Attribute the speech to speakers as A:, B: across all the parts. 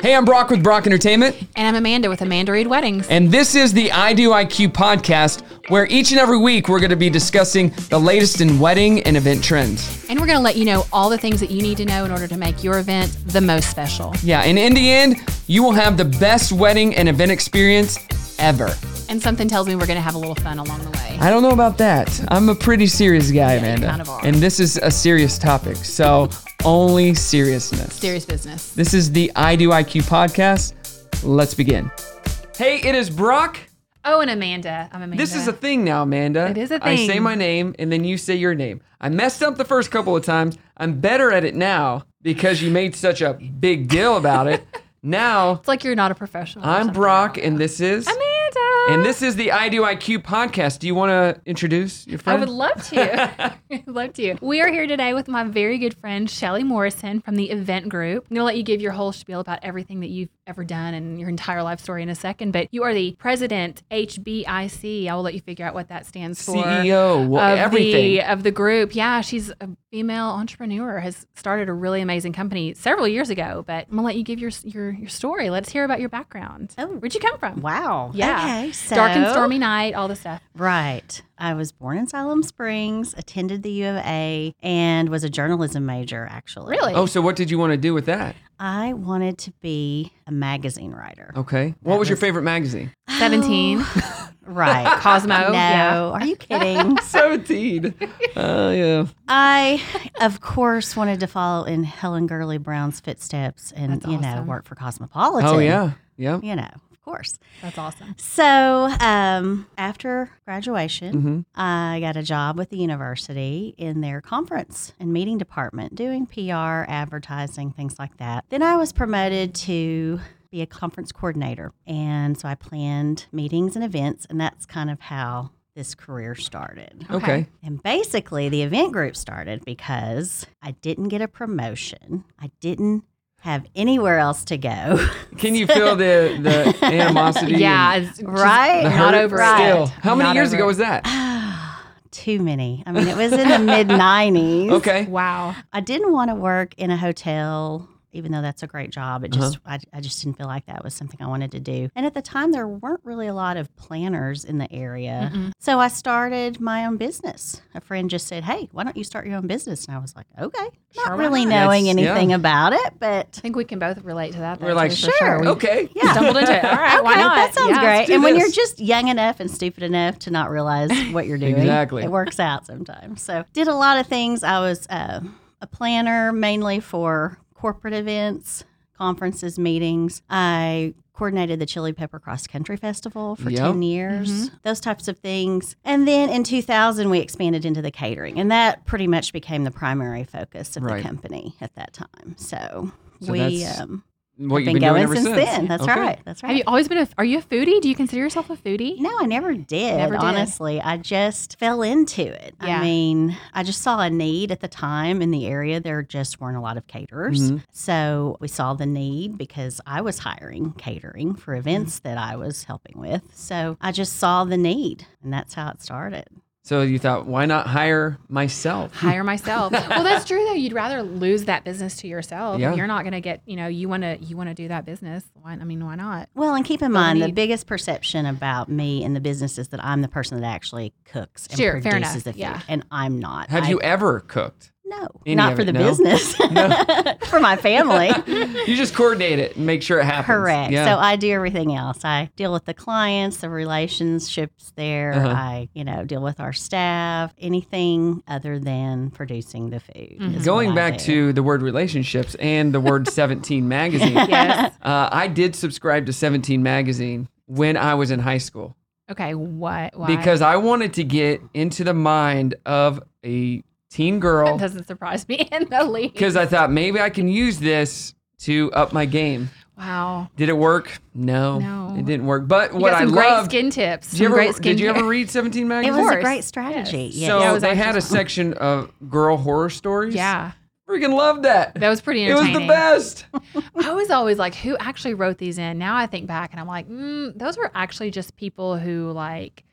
A: Hey, I'm Brock with Brock Entertainment,
B: And I'm Amanda with Amanda Reed Weddings.
A: and this is the I Do IQ podcast, where each and every week we're going to be discussing the latest in wedding and event trends.
B: And we're going to let you know all the things that you need to know in order to make your event the most special.
A: Yeah, and in the end, you will have the best wedding and event experience ever.
B: And something tells me we're going to have a little fun along the way.
A: I don't know about that. I'm a pretty serious guy, Amanda.
B: kind of are.
A: And this is a serious topic, so only seriousness.
B: Serious business.
A: This is the I Do IQ podcast. Let's begin. Hey, it is Brock.
B: Oh, and Amanda. I'm Amanda.
A: This is a thing now, Amanda.
B: It is a
A: I say
B: thing.
A: my name and then you say your name. I messed up the first couple of times. I'm better at it now because you made such a big deal about it. now
B: It's like you're not a professional. or
A: I'm
B: something.
A: Brock and this is
B: Amanda.
A: and this is the I Do IQ podcast. Do you want to introduce your
B: I
A: friend?
B: would love to. I'd love to. We are here today with my very good friend Shelly Morrison from the event group. I'm gonna let you give your whole spiel about everything that you've ever done and your entire life story in a second, but you are the president HBIC. I will let you figure out what that stands for.
A: CEO, well,
B: of
A: everything.
B: the of the group. Yeah, she's a female entrepreneur, has started a really amazing company several years ago. But I'm gonna let you give your your your story. Let's hear about your background.
C: Oh.
B: Where'd you come from?
C: Wow.
B: Yeah.
C: Okay. So,
B: Dark and stormy night, all the stuff.
C: Right. I was born in Salem Springs, attended the U of A, and was a journalism major, actually.
B: Really?
A: Oh, so what did you want to do with that?
C: I wanted to be a magazine writer.
A: Okay. What was your favorite magazine?
B: 17.
C: Right.
B: Cosmo.
C: no.
B: Yeah.
C: Are you kidding?
A: 17. Oh, yeah.
C: I, of course, wanted to follow in Helen Gurley Brown's footsteps and,
B: That's
C: you know,
B: awesome.
C: work for Cosmopolitan.
A: Oh, yeah. Yeah.
C: You know, of course.
B: That's awesome.
C: So um, after graduation,
A: Mm-hmm.
C: I got a job with the university in their conference and meeting department, doing PR, advertising, things like that. Then I was promoted to be a conference coordinator. And so I planned meetings and events, and that's kind of how this career started.
A: Okay.
B: Okay.
C: And basically, the event group started because I didn't get a promotion, I didn't have anywhere else to go.
A: Can you feel the, the animosity?
B: Yeah,
A: and-
B: it's just
C: Right? The
A: hurt
B: Not over
C: Right.
A: Still.
B: it.
A: How many
B: Not
A: years
B: over
A: ago
B: it.
A: was that?
C: Too many. I mean, it was in the mid 90s.
A: Okay.
B: Wow.
C: I didn't want to work in a hotel, even though that's a great job. It just
B: Uh-huh.
C: I, I just didn't feel like that was something I wanted to do. And at the time, there weren't really a lot of planners in the area,
B: Mm-hmm.
C: so I started my own business. A friend just said, "Hey, why don't you start your own business?" And I was like, "Okay," not
B: Sure, why
C: really
B: not?
C: knowing
A: That's- yeah.
C: anything about it, but.
B: I think we can both relate to that. though,
A: We're like,
B: too, for
A: sure.
B: We
A: Okay.
C: Yeah.
B: Stumbled into it. All right. why
C: okay,
B: not?
C: That sounds
B: Yeah.
C: great.
A: do
C: And when
A: this.
C: you're just young enough and stupid enough to not realize what you're doing,
A: Exactly.
C: it works out sometimes. So, did a lot of things. I was uh, a planner mainly for corporate events, conferences, meetings. I coordinated the Chili Pepper Cross Country Festival for
A: Yep. Mm-hmm.
C: 10 years, those types of things. And then in 2000, we expanded into the catering, and that pretty much became the primary focus of
A: Right.
C: the company at that time. So,
A: So
C: we.
A: that's-
C: Um,
A: What you've
C: have been,
A: been, doing
C: going
A: ever
C: since,
A: since?
C: then. That's
A: Okay.
C: right. That's right.
B: Have you always been a? Are you a foodie? Do you consider yourself a foodie?
C: No, I never did.
B: Never did.
C: Honestly, I just fell into it.
B: Yeah.
C: I mean, I just saw a need at the time in the area. There just weren't a lot of caterers.
B: Mm-hmm.
C: So we saw the need because I was hiring catering for events that I was helping with. So I just saw the need, and that's how it started.
A: So you thought, why not hire myself?
B: hire myself. well, that's true though. You'd rather lose that business to yourself.
A: Yeah.
B: You're not gonna get. You know, you wanna you wanna do that business. Why? I mean, why not?
C: Well, and keep in mind the
B: need.
C: biggest perception about me and the business is that I'm the person that actually cooks and
B: Sure, fair
C: produces
B: enough.
C: the food,
B: Yeah.
C: and I'm not.
A: Have
C: I-
A: you ever cooked?
C: No,
A: Any
C: not
A: of
C: for
A: it,
C: the
A: no?
C: business, for my family.
A: You just coordinate it and make sure it happens.
C: Correct. So
A: Yeah.
C: I do everything else. I deal with the clients, the relationships there.
A: Uh-huh.
C: I, you know, deal with our staff. Anything other than producing the food. is what
A: Mm-hmm. Going
C: I
A: back
C: do.
A: to the word relationships and the word 17 magazine, uh,
B: Yes.
A: I did subscribe to 17 magazine when I was in high school
B: okay. What? Why?
A: because I wanted to get into the mind of a teen
B: that
A: girl
B: doesn't surprise me in the least.
A: because I thought maybe I can use this to up my game.
B: Wow.
A: Did it work? No,
B: No.
A: it didn't work. But
B: You
A: what
B: got
A: I
B: some
A: loved.
B: great skin tips.
A: did you
B: some
A: ever,
B: great skin
A: did you
B: tips.
A: ever read 17
C: It
A: magazine?
C: was a
B: course.
C: great strategy.
B: Yes.
C: Yes.
A: So
B: Yeah, it was
A: they had a
B: actually-
A: section of girl horror stories.
B: Yeah.
A: freaking loved that.
B: That was pretty
A: it was
B: entertaining.
A: the best.
B: I was always like, who actually wrote these in? Now I think back and I'm like, mm, those were actually just people who like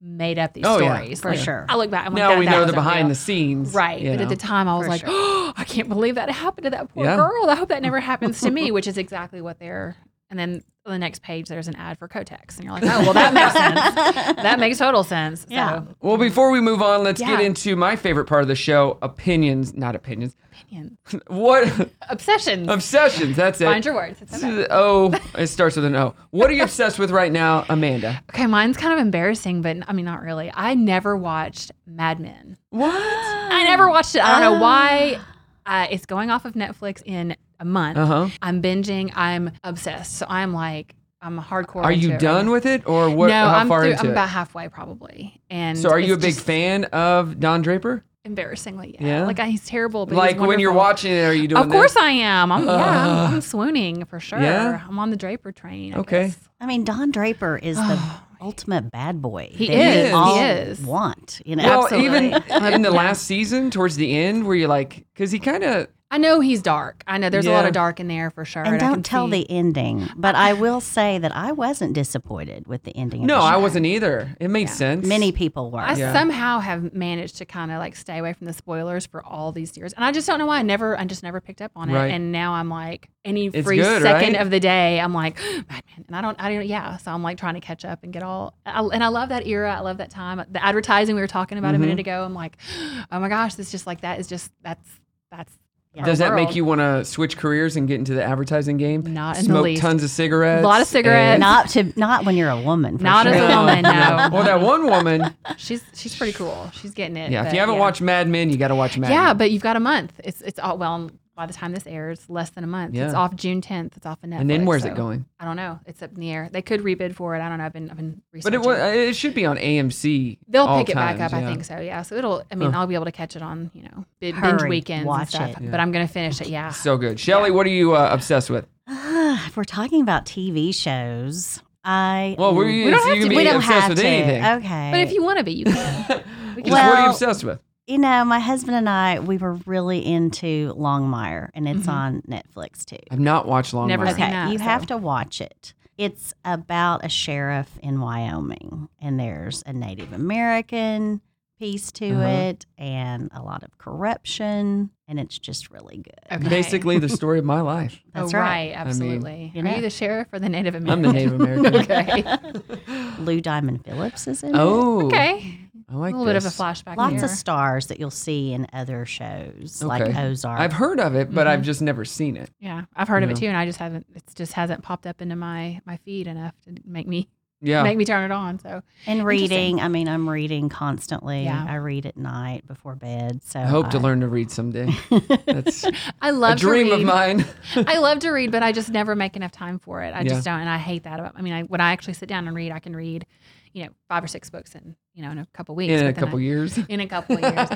B: made up these
A: Oh, yeah,
B: stories.
C: for
B: Like,
C: sure.
B: I look back. I'm like,
A: now
B: that-
A: we
B: that
A: know the
B: wasn't
A: behind
B: real.
A: the scenes.
B: Right.
A: you
B: But at
A: know.
B: the time, I was
C: For
B: like,
C: sure.
B: oh, I can't believe that happened to that poor
A: Yeah.
B: girl. I hope that never happens to me, which is exactly what they're. And then on the next page, there's an ad for Kotex. And you're like, oh, well, that makes sense. That makes total sense.
C: Yeah.
B: So,
A: well, before we move on, let's get
B: Yeah.
A: into my favorite part of the show opinions, not opinions.
B: opinion.
A: What
B: Obsession.
A: obsessions? That's it.
B: Find your words. It's okay.
A: Oh, it starts with an O. What are you obsessed with right now, Amanda?
B: okay, mine's kind of embarrassing, but I mean, not really. I never watched Mad Men.
A: What?
B: I never watched it. I don't know
C: Ah.
B: why. Uh, it's going off of Netflix in a month.
A: Uh huh.
B: I'm binging. I'm obsessed. So I'm like, I'm hardcore.
A: Are you
B: into it right
A: done
B: now.
A: with it, or what?
B: no,
A: how
B: I'm
A: far
B: through,
A: into
B: I'm
A: it?
B: about halfway probably. And
A: So, are you a
B: it's
A: big
B: just
A: fan of Don Draper?
B: Embarrassingly, yeah.
A: Yeah?
B: Like I- he's terrible, but he's
A: Like when you're
B: wonderful.
A: watching it, are you doing?
B: Of course
A: This?
B: I am. I'm, yeah,
A: Ugh.
B: I'm, I'm swooning for sure.
A: Yeah?
B: I'm on the Draper train. I
A: Okay.
B: guess.
C: I mean, Don Draper is the ultimate bad boy.
B: He
C: that
A: is.
C: We
A: He
C: all
B: is.
C: Want you know?
A: Well,
B: Absolutely.
A: even in the last season, towards the end, where you're like, because he kind of
B: I know he's dark. I know there's a lot
A: Yeah.
B: of dark in there for sure.
C: and
B: I can
C: don't tell
B: see-
C: the ending, but I will say that I wasn't disappointed with the ending. of
A: no,
C: the
A: I
C: show.
A: wasn't either. It made sense.
C: Many people were.
B: I
A: Yeah.
B: somehow have managed to kind of like stay away from the spoilers for all these years, and I just don't know why. I never, I just never picked up on it,
A: Right.
B: and now I'm like, any
A: It's
B: free
A: good,
B: second
A: right?
B: of the day, I'm like, Madman, and I don't, I don't, yeah. So I'm like trying to catch up and get all, I, and I love that era. I love that time. The advertising we were talking about
A: Mhm.
B: a minute ago. I'm like, oh my gosh, this just like that is just that's that's our
A: Does that make
B: world.
A: you want to switch careers and get into the advertising game?
B: Not in the
A: Smoke
B: least.
A: tons of cigarettes.
B: A lot of cigarettes.
C: not to not when you're a woman. for
B: Not
C: sure.
B: as a
A: No,
B: woman, no.
A: Well, that one woman.
B: She's she's pretty cool. She's getting it.
A: Yeah. If
B: but
A: you haven't watched Mad Men, you got to watch Mad
B: Yeah,
A: Men.
B: but you've got a month. It's it's all well. By the time this airs, less than a month.
A: Yeah.
B: It's off June tenth. It's off of Netflix.
A: And then where's
B: so
A: it going?
B: I don't know. It's up in the air. They could rebid for it. I don't know. I've been I've been
A: But
B: researching.
A: it wa- uh, it should be on AMC.
B: They'll
A: all
B: pick it back
A: times,
B: up. I
A: yeah.
B: think so. Yeah. So it'll. I mean, I'll be able to catch it on you know bid, binge
C: Hurry,
B: weekends
C: watch
B: and stuff.
C: it.
B: But I'm gonna finish it. Yeah.
A: So good. Shelly, what are you uh, obsessed with?
C: Ah, if we're talking about TV shows, I
A: Well, we're, you,
B: don't
A: so
B: have
A: you can
B: to-
A: be
B: Uh,
C: we don't
A: obsessed
C: have
A: with
C: to.
A: anything.
C: Okay,
B: but if you want to be, you can. We
A: Just
B: can
A: what are you
C: Well-
A: obsessed with?
C: You know, my husband and I, we were really into Longmire, and it's
B: Mhm.
C: on Netflix too.
A: I've not watched Long
B: Never
A: Mile.
B: seen
C: Okay,
B: that,
C: you
B: so-
C: have to watch it. It's about a sheriff in Wyoming, and there's a Native American piece to
A: Uh-huh.
C: it, and a lot of corruption, and it's just really good.
B: Okay.
A: Basically, the story of my life.
C: That's
B: oh,
C: right.
B: right. Absolutely.
C: you
B: Are
C: know.
B: you the sheriff or the Native
A: I'm
B: American?
A: the Native American.
B: okay.
C: Lou Diamond Phillips is in it.
A: Oh.
B: Okay.
A: I like
B: a little bit of a
A: this.
B: flashback.
C: Lots
B: there.
C: of stars that you'll see in other shows like
A: Okay.
C: Ozark.
A: I've heard of it, but
B: Mm-hmm.
A: I've just never seen it.
B: Yeah, I've heard of
A: Yeah.
B: it too, and I just haven't. It just hasn't popped up into my my feed enough to make me
A: Yeah.
B: make me turn it on. So Interesting.
C: And reading, I mean, I'm reading constantly.
B: Yeah.
C: I read at night before bed. So
A: I hope to learn to read someday. That's
B: I
A: a
B: love
A: dream
B: to read.
A: of mine.
B: I love to read, but I just never make enough time for it. I
A: Yeah.
B: just don't, and I hate that about. I mean, I, when I actually sit down and read, I can read, you know, five or six books in you know in a couple weeks.
A: In a
B: but then
A: couple
B: I-
A: years.
B: In a couple years,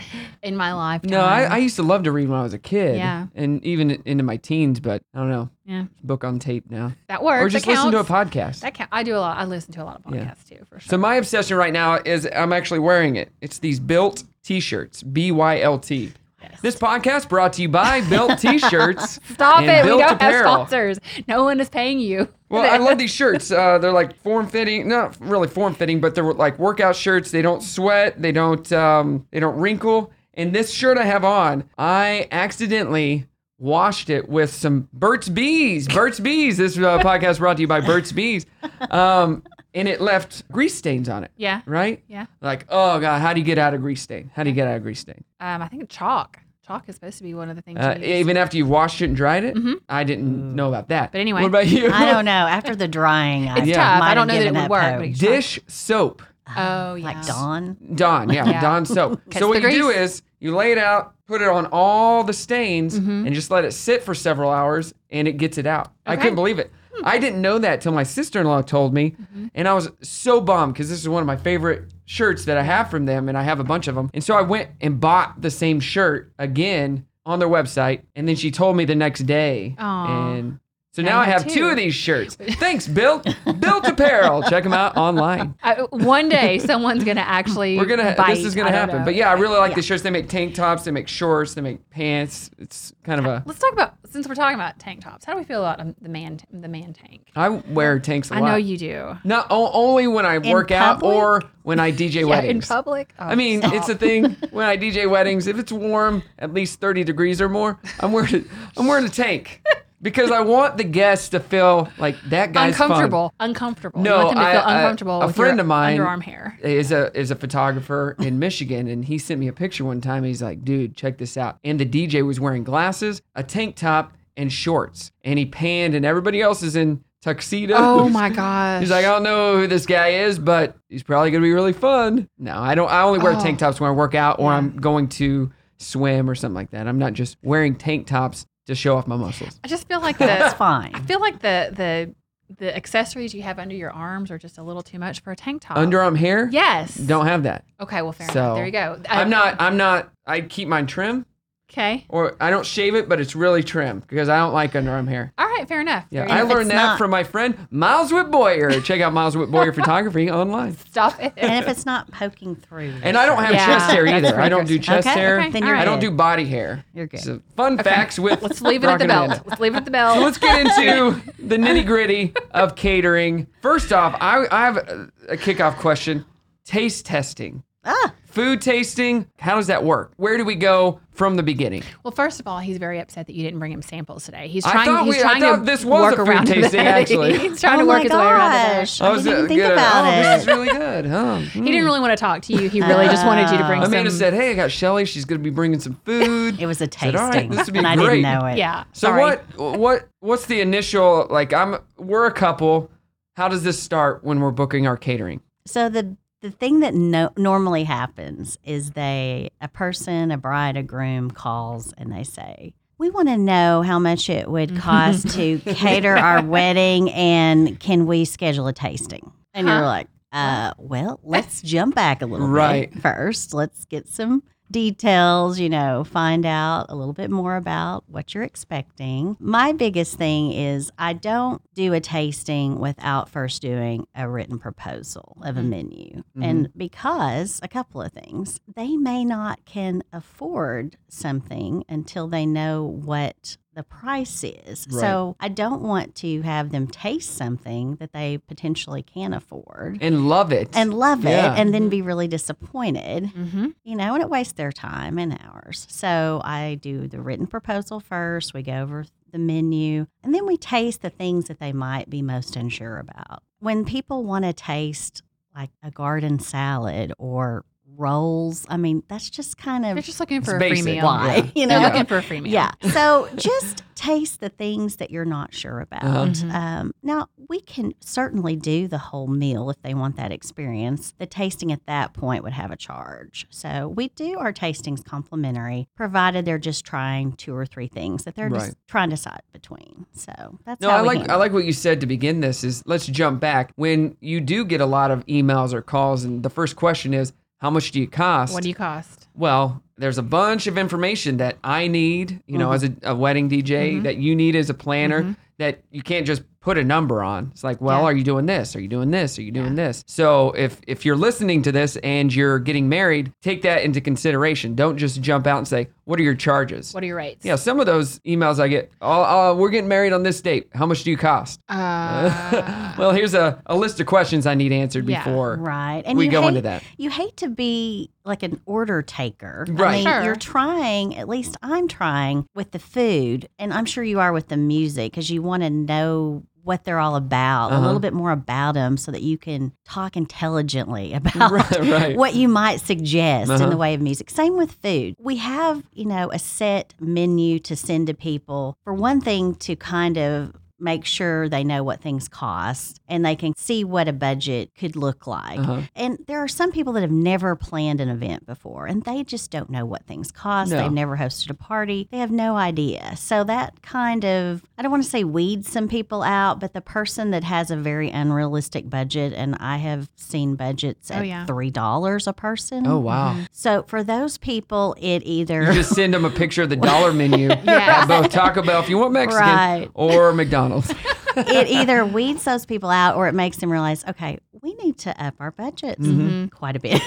B: in my life.
A: No, I, I used to love to read when I was a kid.
B: Yeah.
A: And even into my teens, but I don't know.
B: Yeah.
A: Book on tape now.
B: that works.
A: or just
B: that counts.
A: listen to a podcast.
B: That count. I do a lot. I listen to a lot of podcasts too, for sure.
A: So my obsession right now is I'm actually wearing it. It's these built t-shirts, B Y L T. This podcast brought to you by Built T-shirts.
B: Stop
A: and
B: it. We
A: Built
B: don't have
A: apparel.
B: sponsors. No one is paying you.
A: Well, I love these shirts. Uh, they're like form fitting, not really form fitting, but they're like workout shirts. They don't sweat. They don't. Um, they don't wrinkle. And this shirt I have on, I accidentally washed it with some Burt's Bees. Burt's Bees. This uh, podcast brought to you by Burt's Bees. Um, and it left grease stains on it.
B: Yeah.
A: Right.
B: Yeah.
A: Like, oh god, how do you get out of grease stain? How do you get out of grease stain?
B: Um, I think chalk. Chalk is supposed to be one of the things.
A: Uh,
B: you use.
A: even after you've washed it and dried it,
C: Mm-hmm.
A: I didn't know about that.
B: But anyway.
A: what about you?
C: Mm. I don't know. After the drying, I
A: Yeah.
B: tough.
C: might
B: I don't know
C: have
B: that it
C: given
B: would
C: up
B: work.
C: hope.
B: but it's
A: Dish soap.
B: fine. Oh, yeah.
C: Like Dawn.
A: Dawn, yeah,
B: Yeah.
A: Dawn soap.
B: Catch
A: so what
B: the
A: you do
B: grease.
A: is you lay it out, put it on all the stains, and just let it sit for several hours, and it gets it out. I couldn't believe it. I didn't know that till my sister-in-law told me, and I was so bummed because this is one of my favorite shirts that I have from them, and I have a bunch of them. And so I went and bought the same shirt again on their website, and then she told me the next day,
B: Aw.
A: and So now, I have two. of these shirts. Thanks, Built. Built Apparel. Check them out online.
B: I, Uh, one day someone's gonna actually.
A: We're gonna.
B: bite.
A: This is
B: I
A: gonna
B: don't
A: happen.
B: know.
A: But yeah, I really like
C: Yeah.
A: the shirts. They make tank tops. They make shorts. They make pants. It's kind of a.
B: Let's talk about since we're talking about tank tops. How do we feel about um, the man the man tank?
A: I wear tanks a
B: I
A: lot.
B: know you do.
A: Not o- only when I work out
C: public?
A: or when I DJ
B: Yeah, in
A: weddings.
B: public. Oh,
A: I mean,
B: stop.
A: it's a thing when I DJ weddings. If it's warm, at least 30 degrees or more, I'm wearing a, I'm wearing a tank because I want the guests to feel like that guy's fun.
B: uncomfortable. Uncomfortable. You
A: No,
B: want them to
A: I-
B: feel
A: I-
B: uncomfortable.
A: a
B: with your
A: friend of mine-
B: Underarm hair.
A: Is a is a photographer in Michigan, and he sent me a picture one time. He's like, "Dude, check this out." And the DJ was wearing glasses, a tank top, and shorts, and he panned, and everybody else is in tuxedos.
B: Oh my gosh.
A: He's like, "Oh." I don't know who this guy is, but he's probably gonna be really fun. No, I don't. I only wear
B: Oh.
A: tank tops when I work out or I'm going to swim or something like that. I'm not just wearing tank tops to show off my muscles.
B: I just feel like
C: That's
B: the
C: fine.
B: I feel like the the the accessories you have under your arms are just a little too much for a tank top.
A: Underarm hair,
B: Yes.
A: don't have that.
B: Okay. Well, fair
A: So,
B: enough. There you go. I-
A: I'm not. I'm not. I keep mine trim,
B: Okay.
A: or I don't shave it, but it's really trim because I don't like underarm hair.
B: All right. Fair enough.
A: Yeah,
B: There you
A: I
B: go.
A: learned that
C: not-
A: from my friend Miles Whit Boyer. Check out Miles Whit Boyer Photography online.
B: Stop it.
C: and if it's not poking through,
A: And I don't have
B: Yeah,
A: chest hair
B: that's
A: either. I don't do
B: interesting.
A: chest
C: Okay,
A: hair.
B: okay,
C: Then
B: all
C: you're
A: I
B: right.
A: don't do body hair.
C: You're good.
A: So fun facts with
B: Let's leave it at the
A: Rocket
B: belt.
A: Amanda.
B: Let's leave it at the belt.
A: Let's get into the nitty gritty of catering. First off, I, I have a a kickoff question: taste testing,
C: ah,
A: food tasting. How does that work? Where do we go from the beginning?
B: Well, first of all, he's very upset that you didn't bring him samples today. He's
A: I
B: trying.
A: thought
B: he's
A: we- I
B: trying
A: thought
B: to
A: this was
B: work
A: a food
B: around
A: tasting,
B: that.
A: actually.
B: he's trying
C: oh
B: to work
C: my
B: his way around that.
C: gosh, I, didn't even think
A: good.
C: about
A: oh,
C: it.
A: this is really good. Huh?
B: He didn't really want to talk to you. He really just wanted you to bring
A: Amanda
B: some.
A: said, "Hey, Hmm. I got Shelly. She's going to be bringing some food."
C: It was a
A: said,
C: tasting,
A: "All right, this would be
C: and I
A: great."
C: didn't know it.
B: yeah.
A: So
B: sorry.
A: what what what's the initial like? I'm we're a couple. How does this start when we're booking our catering?
C: So the the thing that no, normally happens is they a person, a bride, a groom calls and they say, "We want to know how much it would cost to cater our wedding, and can we schedule a tasting?" And you're
B: Huh.
C: like, "Uh, well, let's jump back a little
A: Right.
C: bit first. Let's get some." Details, you know, find out a little bit more about what you're expecting. My biggest thing is I don't do a tasting without first doing a written proposal of a
B: Mhm.
C: menu. And because a couple of things, they may not can afford something until they know what the price is. So I don't want to have them taste something that they potentially can't afford
A: And love it.
C: and love
A: Yeah.
C: it and then be really disappointed
B: Mm-hmm.
C: you know, and it wastes their time and ours. So I do the written proposal first. We go over the menu and then we taste the things that they might be most unsure about. When people want to taste like a garden salad or rolls, I mean, that's just kind
B: They're
C: of
B: just looking for
A: It's
B: a free
A: basic.
B: meal.
C: why,
A: Yeah.
C: you
B: They're
C: know?
B: looking for a free meal.
C: Yeah. So just taste the things that you're not sure about.
A: Uh-huh.
B: Mhm.
C: Um, now, we can certainly do the whole meal if they want that experience. The tasting at that point would have a charge. So we do our tastings complimentary, provided they're just trying two or three things that they're
A: Right.
C: just trying to decide between. So that's
A: no,
C: how
A: I
C: we
A: like
C: handle
A: I
C: it.
A: like what you said to begin this is let's jump back. When you do get a lot of emails or calls and the first question is how much do you cost?
B: What do you cost?
A: well, there's a bunch of information that I need, you know,
C: Mhm.
A: as
B: Mm-hmm.
A: a, a wedding DJ
B: Mhm.
A: that you need as a planner
B: Mhm.
A: that you can't just put a number on. It's like, well,
B: Yeah.
A: are you doing this? Are you doing this? Are you doing this? So if if you're listening to this and you're getting married, take that into consideration. Don't just jump out and say, what are your charges?
B: What are your rates?
A: Yeah, some of those emails I get. Oh, uh, we're getting married on this date. How much do you cost?
B: Uh,
A: well, here's a, a list of questions I need answered
B: Yeah.
A: before
C: Right. And
A: we
C: you
A: go
C: hate,
A: into that.
C: You hate to be like an order taker.
A: Right.
C: I mean,
B: Sure.
C: you're trying, at least I'm trying with the food, and I'm sure you are with the music because you want to know what they're all about,
A: Uh-huh.
C: a little bit more about them so that you can talk intelligently about
A: Right, right.
C: what you might suggest
A: Uh-huh.
C: in the way of music. Same with food. We have, you know, a set menu to send to people. For one thing, to kind of make sure they know what things cost and they can see what a budget could look like.
A: Uh-huh.
C: And there are some people that have never planned an event before and they just don't know what things cost.
A: No.
C: They've never hosted a party. They have no idea. So that kind of, I don't want to say weeds some people out, but the person that has a very unrealistic budget, and I have seen budgets
B: Oh,
C: at
B: yeah.
C: $3 a person.
A: Oh wow.
B: Mm-hmm.
C: So for those people, it either.
A: You just send them a picture of the dollar menu at
B: Yes.
A: both Taco Bell if you want Mexican
C: Right.
A: or McDonald's.
C: it either weeds those people out or it makes them realize, okay, we need to up our budgets quite a bit.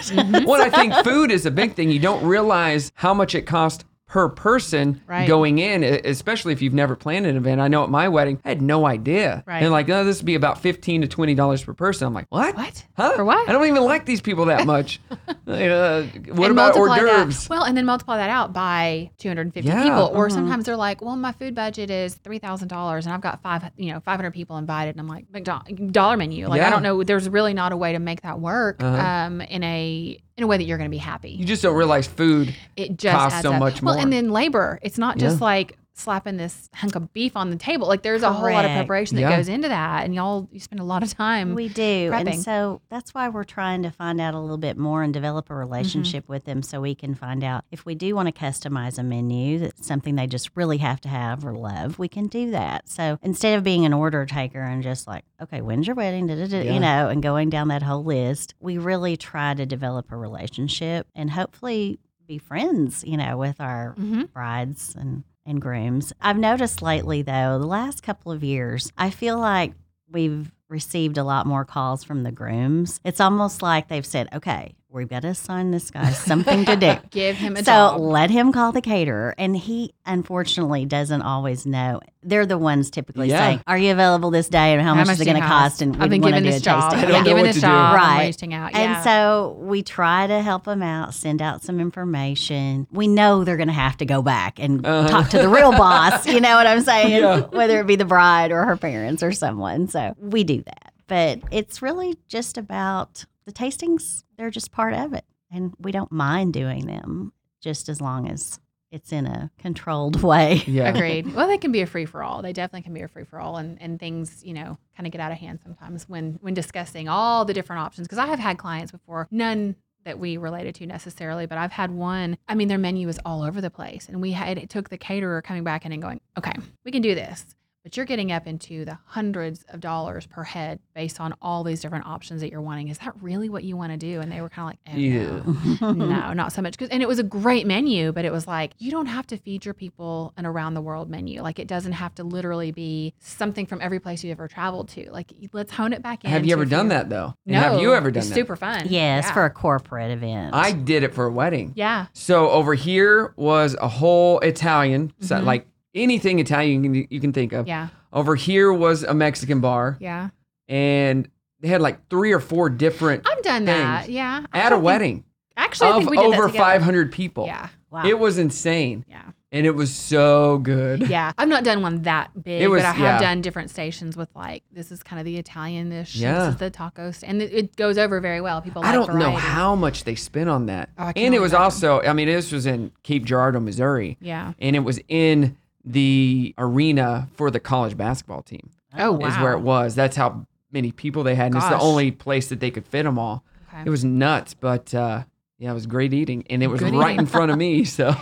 A: well, I think food is a big thing. You don't realize how much it costs per person
B: Right.
A: going in, e- especially if you've never planned an event. I know at my wedding, I had no idea.
B: Right.
A: And like, oh, this would be about fifteen to twenty dollars per person. I'm like, what?
B: What?
A: Huh?
B: For what?
A: I don't even like these people that much. uh, what
B: And
A: about hors
B: multiply that-
A: d'oeuvres?
B: Well, and then multiply that out by 250
A: Yeah. uh-huh.
B: people. Or sometimes they're like, well, my food budget is $3,000 and I've got five, you know, 500 people invited. And I'm like, McDonald dollar menu. Like,
A: Yeah. Uh-huh.
B: I don't know. There's really not a way to make that work um, in a, in a way that you're going to be happy.
A: You just don't realize food.
B: it just
A: costs
B: adds
A: so
B: up.
A: much
B: well,
A: more.
B: and then labor. It's not just
A: Yeah.
B: like slapping this hunk of beef on the table. Like there's a whole lot of
C: Correct.
B: preparation that
A: Yeah.
B: goes into that, and y'all you spend a lot of time.
C: We do.
B: prepping.
C: And so that's why we're trying to find out a little bit more and develop
B: Mm-hmm.
C: a relationship with them so we can find out if we do want to customize a menu that's something they just really have to have or love, we can do that. So instead of being an order taker and just like, okay, when's your wedding? Da, da, da,
A: Yeah.
C: You know, and going down that whole list, we really try to develop a relationship and hopefully be friends, you know, with our
B: hmm
C: brides and, and grooms. I've noticed lately, though, the last couple of years, I feel like we've received a lot more calls from the grooms. It's almost like they've said, okay, we've got to assign this guy something to do.
B: Give him a
C: So
B: job.
C: let him call the caterer. And he unfortunately doesn't always know. They're the ones typically
A: Yeah.
C: saying, Are you available this day? And how, much, is it
B: do you
C: going to
B: have?
C: cost? And
B: I've
C: we
B: been
C: want to
B: given
C: do a
B: this
C: taste
B: job.
C: test.
A: I
B: I've
A: don't
B: been
A: know
B: given
A: what
B: this
A: to do.
B: job. I'm
C: Right.
B: wasting out.
C: And
B: yeah.
C: so we try to help them out, send out some information. We know they're going to have to go back and
A: Uh-huh.
C: talk to the real boss. You know what I'm saying?
A: Yeah.
C: Whether it be the bride or her parents or someone. So we do that. But it's really just about the tastings, they're just part of it. And we don't mind doing them just as long as it's in a controlled way.
A: Yeah.
B: Agreed. Well, they can be a free for all. They definitely can be a free for all, and and things you know kind of get out of hand sometimes when when discussing all the different options. Because I have had clients before, none that we related to necessarily, but I've had one. I mean, their menu is all over the place, and we had it took the caterer coming back in and going, okay, we can do this. But you're getting up into the hundreds of dollars per head based on all these different options that you're wanting. Is that really what you want to do? And they were kind of like, oh,
A: Yeah.
B: no
A: Mm-hmm.
B: no, not so much. 'Cause- And it was a great menu, but it was like, you don't have to feed your people an around the world menu. Like, it doesn't have to literally be something from every place you've ever traveled to. Like, let's hone it back in.
A: Have you
B: to
A: ever
B: a
A: done
B: few-
A: that though? And
B: No.
A: Have you ever done
B: it's
A: that?
B: super fun.
C: Yes,
B: yeah.
C: for a corporate event.
A: I did it for a wedding.
B: Yeah.
A: So over here was a whole Italian, so
B: Mhm.
A: like anything Italian you can, you can think of.
B: Yeah.
A: Over here was a Mexican bar,
B: Yeah.
A: and they had like three or four different
B: I've done that.
A: Things.
B: Yeah. I
A: at a
B: don't think-
A: wedding
B: Actually, I think
A: of
B: we did that
A: over
B: together.
A: 500 people.
B: Yeah.
C: wow.
A: It was insane,
B: Yeah.
A: and it was so good.
B: Yeah. I've not done one that big,
A: It was-
B: but I have
A: yeah.
B: done different stations with like, this is kind of the Italian dish. and
A: Yeah.
B: This is the tacos. And it, it goes over very well. People like
A: I don't know
B: variety.
A: how much they spent on that.
B: Oh, I can
A: and
B: only
A: it was
B: imagine.
A: also, I mean, this was in Cape Girardeau, Missouri,
B: Yeah.
A: and it was in the arena for the college basketball team.
B: Oh, wow.
A: is where it was. That's how many people they had, and it's
B: Gosh.
A: the only place that they could fit them all.
B: Okay.
A: It was nuts, but uh, yeah, it was great eating, and it was
B: Good
A: right
B: eating.
A: in front of me. So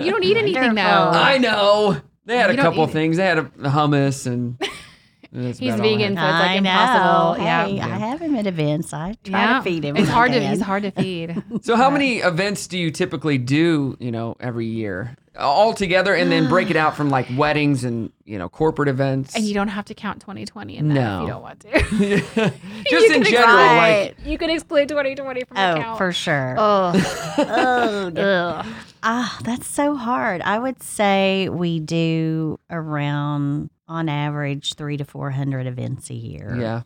B: You don't eat anything though.
C: Wonderful.
A: I know they had
B: You
A: a
B: don't
A: couple
B: eat it.
A: things. They had a hummus and. and that's
B: He's
A: about all I
B: vegan.
A: had.
B: So it's, like,
C: I
B: impossible.
C: Know.
B: Yeah.
C: Hey, I have him at events. I try
B: Yeah.
C: to feed him.
B: It's
C: when I
B: hard to.
C: can.
B: He's hard to feed.
A: So, how many events do you typically do? You know, every year all together, and then break it out from like weddings and you know corporate events.
B: and you don't have to count 2020 in that if
A: No.
B: you don't want to.
A: just in
B: can
A: general,
C: Right.
A: like
B: you can exclude 2020 from the
C: Oh,
B: count.
C: for sure.
B: Ugh.
C: Oh, yeah.
B: Ugh.
C: Ah, that's so hard. I would say we do around, on average, three to 400 events a year.
A: yeah,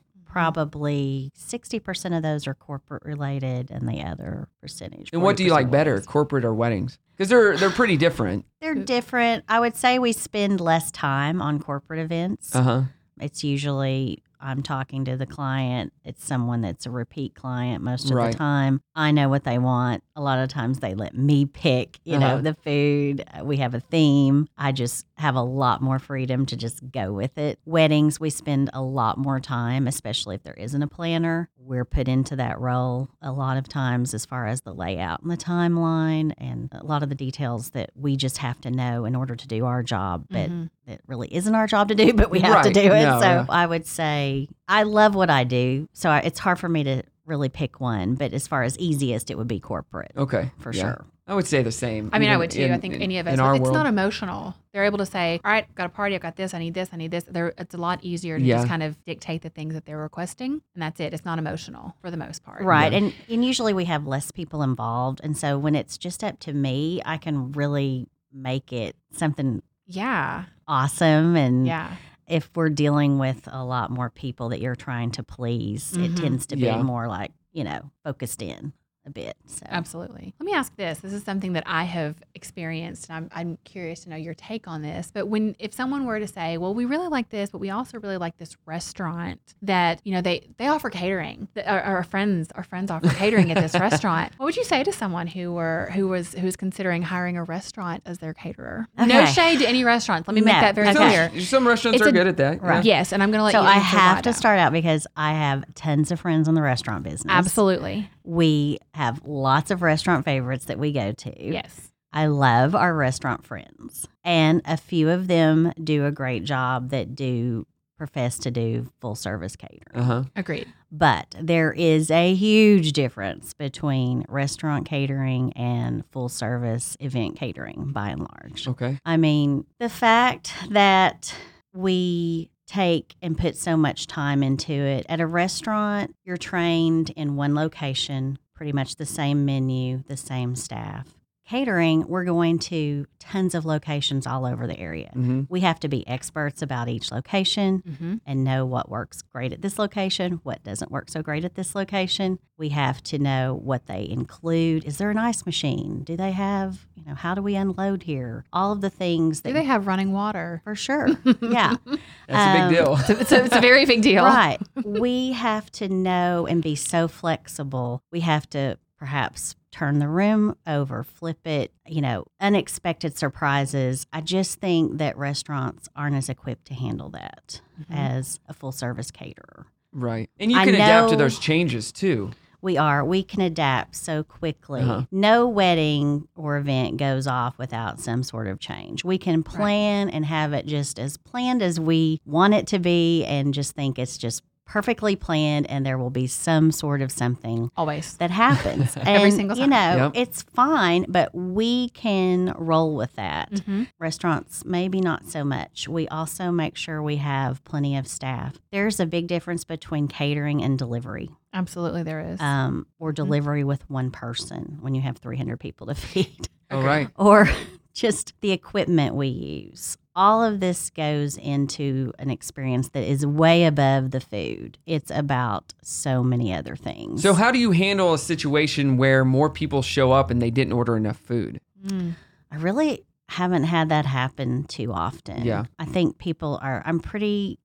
C: Probably 60% of those are corporate related, and the other percentage.
A: and what do you
C: 40%
A: like better,
C: was-
A: corporate or weddings? Because they're they're pretty different.
C: They're different. I would say we spend less time on corporate events.
A: Uh huh.
C: it's usually I'm talking to the client. It's someone that's a repeat client most of
A: Right.
C: the time. I know what they want. A lot of times they let me pick, you
A: Uh-huh.
C: know, the food. Uh, We have a theme. I just have a lot more freedom to just go with it. Weddings, we spend a lot more time, especially if there isn't a planner. We're put into that role a lot of times as far as the layout and the timeline and a lot of the details that we just have to know in order to do our job. But
A: Mm-hmm.
B: Mhm.
C: it really isn't our job to do, but we have to
A: Right.
C: do it.
A: No,
C: so
A: yeah.
C: I would say I love what I do. So I, it's hard for me to really pick one, but as far as easiest, it would be corporate
A: Okay.
C: for
A: yeah.
C: sure.
A: I would say the same.
B: I mean, I
A: even
B: would too.
A: in-
B: I think
A: in-
B: any of us.
A: in our
B: it's
A: world.
B: not emotional. They're able to say, "All right, I've got a party. I've got this. I need this. I need this." They're, it's a lot easier to
A: Yeah.
B: just kind of dictate the things that they're requesting, and that's it. It's not emotional for the most part.
C: Right. And and usually we have less people involved. And so when it's just up to me, I can really make it something
B: Yeah.
C: awesome
A: Mm.
C: and
B: Yeah.
C: if we're dealing with a lot more people that you're trying to please,
B: Mhm.
C: it tends to
A: Yeah.
C: be more like, you know, focused in a bit. So
B: Absolutely. Let me ask this. This is something that I have experienced, and I'm, I'm curious to know your take on this. But when, if someone were to say, "Well, we really like this, but we also really like this restaurant that you know they they offer catering. The- Our, our friends, our friends offer catering at this restaurant." What would you say to someone who were who was who's considering hiring a restaurant as their caterer? No
C: Okay.
B: shade to any restaurants. Let me make
C: No.
B: that very
C: Okay.
B: clear.
A: Some, some restaurants
B: It's
A: are
B: a-
A: good at that.
C: Right.
A: Yeah.
B: Yes, and I'm going to let
C: so
B: you.
C: I
B: answer
C: have
B: that
C: to
B: up.
C: start out because I have tons of friends in the restaurant business.
B: Absolutely.
C: We have lots of restaurant favorites that we go to.
B: Yes.
C: I love our restaurant friends, and a few of them do a great job that do profess to do full service catering.
A: Uh-huh.
B: Agreed.
C: But there is a huge difference between restaurant catering and full service event catering by and large.
A: Okay.
C: I mean, the fact that we take and put so much time into it at a restaurant, you're trained in one location, pretty much the same menu, the same staff. Catering, we're going to tons of locations all over the area.
A: hmm
C: We have to be experts about each location
B: Mm-hmm.
C: and know what works great at this location, what doesn't work so great at this location. We have to know what they include. Is there an ice machine? Do they have, you know, how do we unload here? All of the things that
B: Do they have running water?
C: for sure. yeah.
A: That's a big
C: Um,
A: deal.
B: It's a, it's a very big deal.
C: Right. we have to know and be so flexible. We have to perhaps turn the room over, flip it, you know, unexpected surprises. I just think that restaurants aren't as equipped to handle that
B: Mhm.
C: as a full service caterer.
A: Right. And you
C: I
A: can adapt to
C: know-
A: those changes too.
C: We are. We can adapt so quickly.
A: Uh-huh.
C: No wedding or event goes off without some sort of change. We can plan and have it just as planned as we want it to be and just think it's just perfectly planned and there will be some sort of something
B: Always.
C: that happens. and,
B: Every single
C: You
B: time.
C: know,
A: Yep.
C: it's fine, but we can roll with that.
B: Mhm.
C: Restaurants, maybe not so much. We also make sure we have plenty of staff. There's a big difference between catering and delivery
B: Absolutely, there is.
C: um, or
A: Mm-hmm.
C: delivery with one person when you have 300 people to feed,
A: All
B: Okay.
A: right.
C: or just the equipment we use. All of this goes into an experience that is way above the food. It's about so many other things.
A: So how do you handle a situation where more people show up and they didn't order enough food?
B: Mm.
C: I really haven't had that happen too often.
A: Yeah.
C: I think people are, I'm pretty,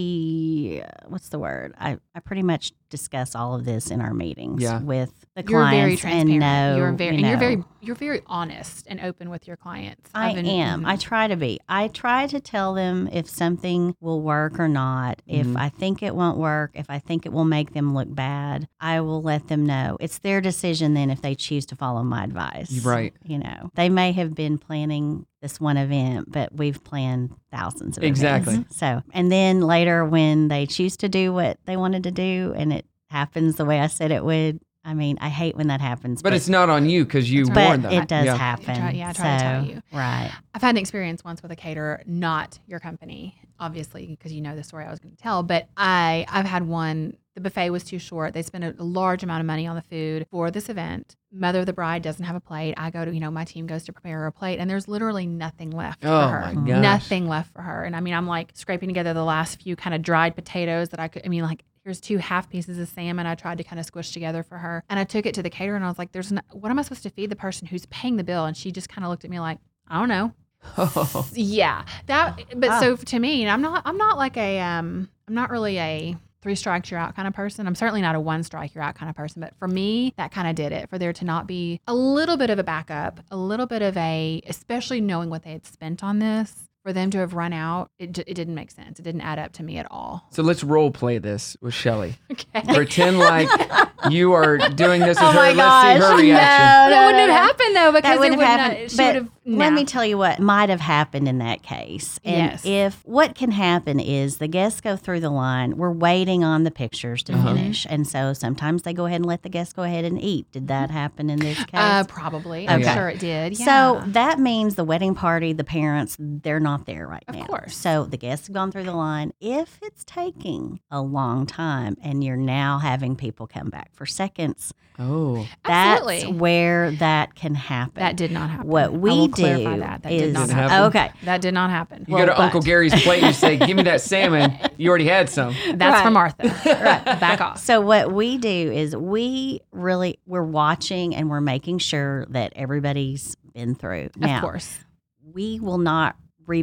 C: pretty, uh, what's the word? I, I pretty much discuss all of this in our meetings
A: Yeah.
C: with the
B: You're
C: clients.
B: very transparent.
C: And know,
B: you're very,
C: you
B: and you're
C: know,
B: very, you're very honest and open with your clients.
C: I
B: I've been-
C: am. I
B: Mhm.
C: try to be. I try to tell them if something will work or not.
A: Mhm.
C: If I think it won't work, if I think it will make them look bad, I will let them know. It's their decision then if they choose to follow my advice.
A: Right.
C: You know, they may have been planning this one event, but we've planned thousands of
A: Exactly.
C: events. So, and then later when they choose to do what they wanted to do and it happens the way I said it would, I mean, I hate when that happens.
A: But it's not on you because you
B: That's right.
A: warned
C: but
A: them.
C: it does
A: Yeah.
C: happen.
B: I try- yeah, I try to tell
C: So,
B: you.
C: Right.
B: I've had an experience once with a caterer, not your company, obviously, because you know the story I was going to tell. But I, I've had one. The buffet was too short. They spent a large amount of money on the food for this event. Mother of the bride doesn't have a plate. I go to, you know, my team goes to prepare her a plate, and there's literally nothing left
A: Oh
B: for her.
A: my gosh.
B: Nothing left for her. And I mean, I'm like scraping together the last few kind of dried potatoes that I could. I mean, like here's two half pieces of salmon I tried to kind of squish together for her. And I took it to the caterer, and I was like, "There's no, what am I supposed to feed the person who's paying the bill?" And she just kind of looked at me like. I don't know. Yeah,
C: Oh,
B: that. But so to me, and I'm not. I'm not like a. Um, I'm not really a three strikes you're out kind of person. I'm certainly not a one strike you're out kind of person. But for me, that kind of did it. For there to not be a little bit of a backup, a little bit of a, especially knowing what they had spent on this, for them to have run out, it d- it didn't make sense. It didn't add up to me at all.
A: So let's role play this with Shelly.
B: Okay.
A: Pretend like you are doing this with
C: Oh
A: her. Let's
C: my
A: see
C: gosh,
A: her reaction.
B: That wouldn't have happened though because
C: That
B: it
C: wouldn't
B: would
C: have
B: not.
C: happened,
B: She
C: but-
B: would have Now.
C: Let me tell you what might have happened in that case. And
B: Yes.
C: if what can happen is the guests go through the line, we're waiting on the pictures to
A: Uh-huh.
C: finish. And so sometimes they go ahead and let the guests go ahead and eat. Did that happen in this case?
B: Uh, probably. I'm
A: Okay.
B: sure it did.
C: So
B: Yeah.
C: that means the wedding party, the parents, they're not there right
B: Of
C: now.
B: course.
C: So the guests have gone through the line. If it's taking a long time and you're now having people come back for seconds,
A: Oh.
B: Absolutely.
C: that's where that can happen.
B: that did not happen. I
C: what
B: will
C: we do
B: clarify that. That
C: is
B: did not
A: Didn't
B: happen.
A: happen?
C: okay.
B: That did not happen.
A: You go to
C: Well,
A: Uncle
C: but-
A: Gary's plate and you say, "Give me that salmon." You already had some.
B: That's for
C: Right.
B: Martha. Back off.
C: So what we do is we really we're watching and we're making sure that everybody's been through.
B: of
C: now
B: course.
C: we will not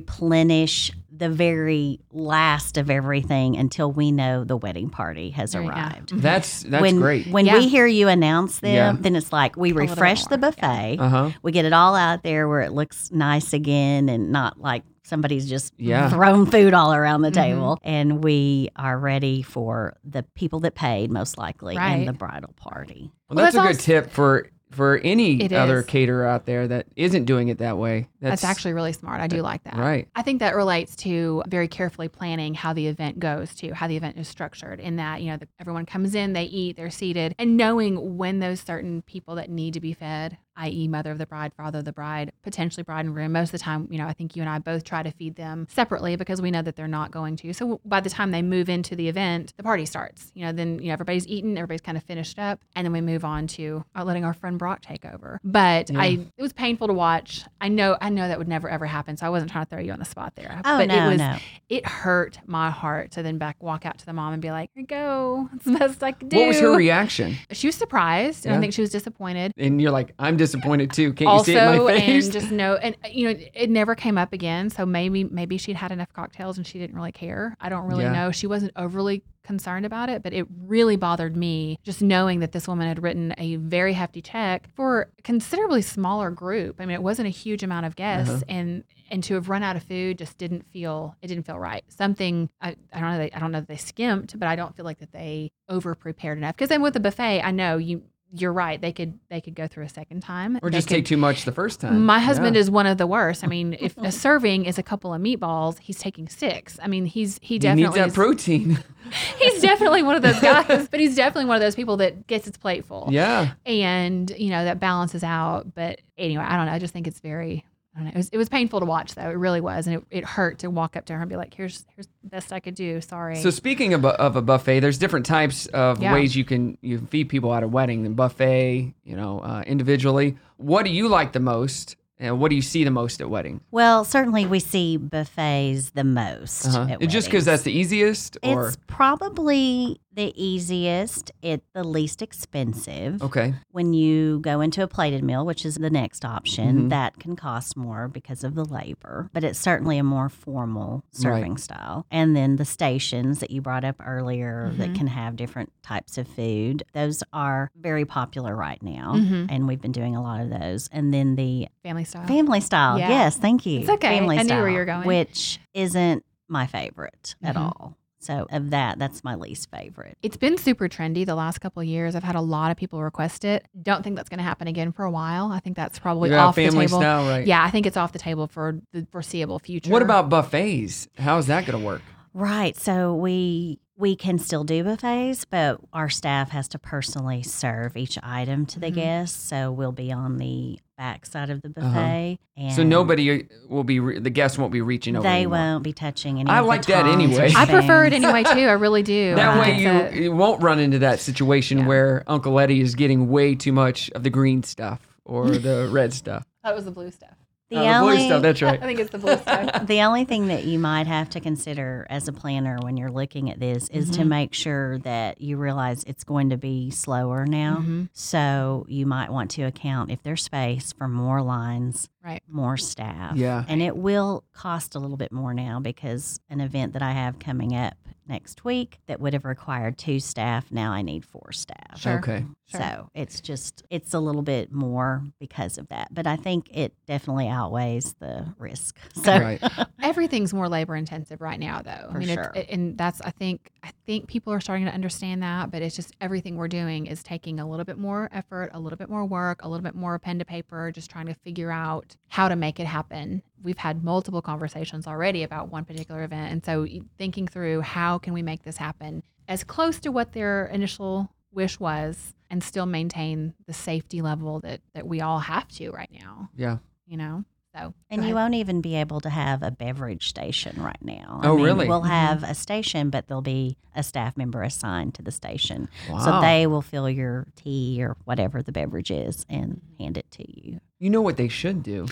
C: replenish the very last of everything until we know the wedding party has
B: There you go. Mm-hmm.
C: arrived.
A: That's that's
C: when
A: great.
C: when
B: Yeah.
C: we hear you announce them,
A: Yeah.
C: then it's like we
B: little
C: refresh the
B: more,
C: buffet.
A: Uh huh.
C: We get it all out there where it looks nice again and not like somebody's just
A: Yeah. Mm-hmm.
C: thrown food all around the
B: Mhm.
C: table. And we are ready for the people that paid, most likely,
B: Right.
C: and the bridal party.
A: Well,
B: Well,
A: that's,
B: that's
A: a good
B: also-
A: tip for for any
B: It
A: other
B: is.
A: caterer out there that isn't doing it that way.
B: That's, actually really smart. I do like that.
A: right.
B: I think that relates to very carefully planning how the event goes to how the event is structured in that, you know, that everyone comes in, they eat, they're seated, and knowing when those certain people that need to be fed, i.e., mother of the bride, father of the bride, potentially bride and groom, most of the time, you know, I think you and I both try to feed them separately because we know that they're not going to. So by the time they move into the event, the party starts. You know, then, you know, everybody's eaten, everybody's kind of finished up, and then we move on to uh, letting our friend Brock take over. But I, it was painful to watch. I know, I know that would never ever happen. So I wasn't trying to throw you on the spot there.
C: Oh,
B: but
C: no,
B: it was,
C: no.
B: it hurt my heart to then back walk out to the mom and be like, "Here you go. It's the best I could do."
A: What was her reaction?
B: She was surprised, and
A: Yeah.
B: I think she was disappointed.
A: And you're like, I'm disappointed too. Can't you see it in
B: also,
A: my face?
B: and just know, and uh, you know, it never came up again. So maybe, maybe she'd had enough cocktails and she didn't really care. I don't really
A: Yeah.
B: know. She wasn't overly concerned about it, but it really bothered me just knowing that this woman had written a very hefty check for a considerably smaller group. I mean, it wasn't a huge amount of guests,
A: Uh-huh.
B: and and to have run out of food just didn't feel it didn't feel right. Something I, I don't know. They, I don't know that they skimped, but I don't feel like that they over prepared enough. Because then with the buffet, I know you. You're right. They could they could go through a second time.
A: or
B: They
A: just
B: could-
A: take too much the first time.
B: my husband is one of the worst. I mean, if a serving is a couple of meatballs, he's taking six. I mean, he's
A: He
B: he
A: needs
B: definitely
A: that
B: is-
A: protein.
B: he's definitely one of those guys, but he's definitely one of those people that gets his plate full.
A: yeah.
B: And, you know, that balances out, but anyway, I don't know. I just think it's very I don't know. It was, it was painful to watch though. It really was, and it, it hurt to walk up to her and be like, "Here's here's the best I could do. Sorry."
A: So speaking of a, of a buffet, there's different types of
B: Yeah.
A: ways you can you can feed people at a wedding than buffet, you know, uh, individually. What do you like the most, and what do you see the most at weddings?
C: Well, certainly we see buffets the most.
A: Uh-huh.
C: at
A: It- Just because
C: weddings.
A: that's the easiest, or
C: It's probably the easiest, it the least expensive.
A: okay,
C: When you go into a plated meal, which is the next option,
B: Mm-hmm.
A: Mhm.
C: that can cost more because of the labor, but it's certainly a more formal serving style. And then the stations that you brought up earlier
B: Mhm.
C: that can have different types of food, those are very popular right now.
B: Mhm.
C: And we've been doing a lot of those. And then the
B: family style.
C: family style,
B: Yeah.
C: yes, thank you.
B: It's okay.
C: Family
B: I knew where
C: style,
B: you were going.
C: Which isn't my favorite at
B: Mhm.
C: all. So, of that, that's my least favorite.
B: It's been super trendy the last couple of years. I've had a lot of people request it. Don't think that's going to happen again for a while. I think that's probably
A: You got
B: off
A: family
B: the table.
A: style, right?
B: Yeah, I think it's off the table for the foreseeable future.
A: What about buffets? How is that going to work?
C: Right. So we we can still do buffets, but our staff has to personally serve each item to the
B: Mhm.
C: guests. So we'll be on the back side of the
A: Mm-hmm. Uh-huh.
C: buffet, and
A: So nobody uh, will be re- the guests won't be reaching over.
C: they
A: anymore.
C: won't be touching any.
A: I
C: of the
A: like that
C: tongs or
A: anyway.
B: I prefer it
C: things.
B: anyway too. I really do.
A: That
C: Right.
A: way
B: It's
A: you, you won't run into that situation
B: Yeah.
A: where Uncle Eddie is getting way too much of the green stuff or the red stuff.
B: a- that was the blue stuff.
C: The
A: Uh,
C: only
A: blue stuff, that's
B: I
A: right.
B: think it's the blue stuff.
C: the only thing that you might have to consider as a planner when you're looking at this is to
A: Mm-hmm.
B: Mhm.
C: make sure that you realize it's going to be slower
A: Mm-hmm.
C: now.
B: Mhm.
C: So you might want to account if there's space for more lines,
B: Right.
C: more staff.
A: Yeah.
C: And it will cost a little bit more now because an event that I have coming up next week that would have required two staff, now I need four staff.
B: Sure.
A: Okay.
B: Sure.
C: So it's just it's a little bit more because of that. But I think it definitely outweighs the risk. So
A: Right.
B: Everything's more labor intensive right now, though. I
C: For
B: mean, it's-
C: sure.
B: it- and that's I think I think people are starting to understand that, but it's just everything we're doing is taking a little bit more effort, a little bit more work, a little bit more pen to paper, just trying to figure out how to make it happen. We've had multiple conversations already about one particular event, and so thinking through how can we make this happen as close to what their initial wish was, and still maintain the safety level that that we all have to right now.
A: Yeah.
B: You know. So,
C: and
B: go
C: you
B: ahead.
C: won't even be able to have a beverage station right now.
A: Oh, really?
C: We'll
B: Mhm.
C: have a station, but there'll be a staff member assigned to the station.
A: Wow.
C: So they will fill your tea or whatever the beverage is and hand it to you.
A: you know what they should do?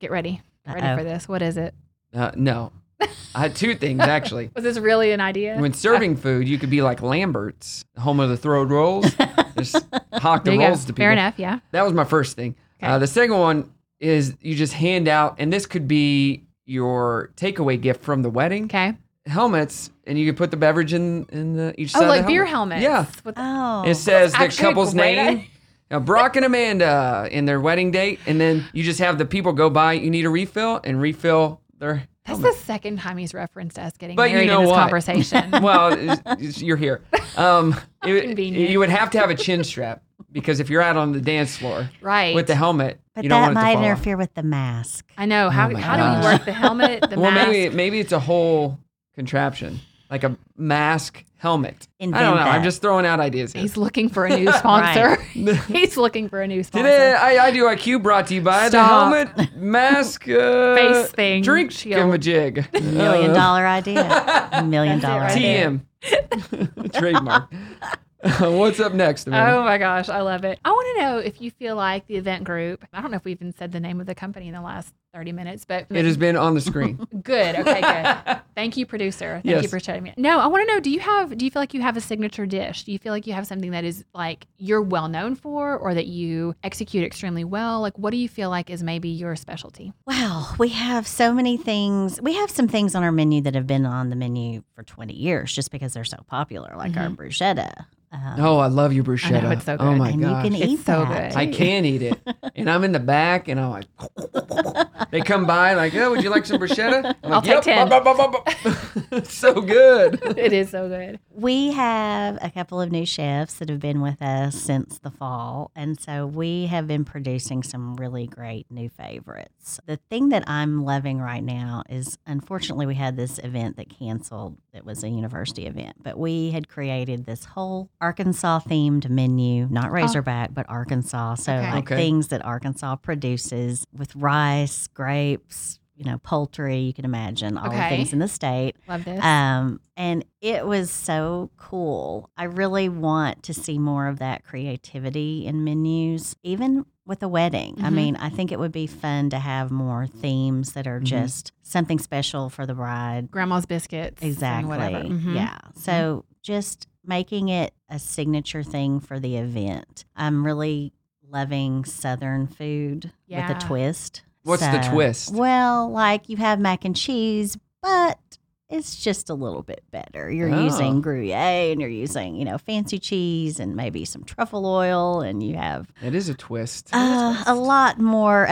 B: get ready. Get ready
C: Uh-oh.
B: for this. What is it?
A: Uh, no. Uh, two things, actually.
B: Was this really an idea?
A: When serving food, you could be like Lambert's, home of the throwed rolls. Just hawk
B: There
A: the
B: you go.
A: rolls to people.
B: Fair enough. Yeah.
A: That was my first thing.
B: Okay.
A: Uh, the second one is you just hand out, and this could be your takeaway gift from the wedding
B: Okay.
A: helmets, and you could put the beverage in in the each side.
B: Oh,
A: of
B: like
A: the
B: beer
A: helmet.
B: helmets.
A: Yeah.
B: With-
C: Oh.
A: It says the
B: actually a
A: couple's
B: great
A: name, now, Brock and Amanda, in their wedding date, and then you just have the people go by. You need a refill and refill their.
B: that's
A: helmet.
B: the second time he's referenced us getting
A: But you
B: married
A: know
B: in this
A: what?
B: conversation.
A: well, it's- it's- you're here. Um, it-
B: Convenient.
A: you would have to have a chin strap because if you're out on the dance floor
B: right.
A: with the helmet,
C: but
A: you don't
C: that
A: want it to
C: might
A: fall off.
C: interfere with the mask.
B: I know. How,
A: Oh my
B: how do we
A: gosh.
B: work the helmet, the
A: well,
B: mask?
A: maybe maybe it's a whole contraption, like a mask helmet. I
C: Invent
A: don't know. I'm
C: that.
A: just throwing out ideas. Here.
B: He's looking for a new sponsor. he's looking for a new sponsor.
A: Today, I, I do IQ brought to you by
B: Stop.
A: the helmet, mask, uh,
B: Face thing,
A: drink
B: shield.
A: jig.
C: Million dollar idea. Million
B: That's it
C: dollar
B: right
C: idea.
A: TM. Trademark. Uh, What's up next, Amanda?
B: Oh my gosh, I love it. I want to know if you feel like the event group, I don't know if we even said the name of the company in the last 30 minutes, but
A: It has been on the screen.
B: Good. Okay, good. Thank you, producer. Thank you
A: Yes.
B: for shutting me. No, I want to know, do you have do you feel like you have a signature dish? Do you feel like you have something that is like you're well known for or that you execute extremely well? Like what do you feel like is maybe your specialty?
C: Wow, we have so many things. We have some things on our menu that have been on the menu for 20 years just because they're so popular, like our bruschetta. Um,
A: Oh, I love you, bruschetta.
B: it's so
A: Mm-hmm. Oh
B: good.
A: my
C: and
A: gosh.
C: you can
B: It's
C: eat
B: so
C: that.
B: good.
A: I can eat it. And I'm in the back and I'm like, they come by like, oh, would you like some bruschetta? I'm
B: I'll
A: like,
B: take 10.
A: bop, bop, bop, bop, bop. so good.
B: It is so good.
C: We have a couple of new chefs that have been with us since the fall. And so we have been producing some really great new favorites. The thing that I'm loving right now is unfortunately, we had this event that canceled that was a university event, but we had created this whole Arkansas themed menu, not Razorback, but Arkansas. So,
B: Oh. Okay.
C: like
A: Okay.
C: things that Arkansas produces with rice, grapes. You know, poultry, you can imagine all
B: Okay.
C: the things in the state.
B: Love this.
C: Um, and it was so cool. I really want to see more of that creativity in menus, even with a wedding. I
B: Mhm.
C: mean, I think it would be fun to have more themes that are
A: Mhm.
C: just something special for the bride.
B: Grandma's biscuits. and
C: Exactly.
B: whatever. Mhm.
C: Yeah. So just making it a signature thing for the event. I'm really loving Southern food
B: Yeah.
C: with a twist.
A: What's the
C: So-
A: twist?
C: well, like you have mac and cheese, but it's just a little bit better. You're
A: Oh.
C: using Gruyere and you're using, you know, fancy cheese and maybe some truffle oil, and you have
A: That is a twist.
C: uh, a lot more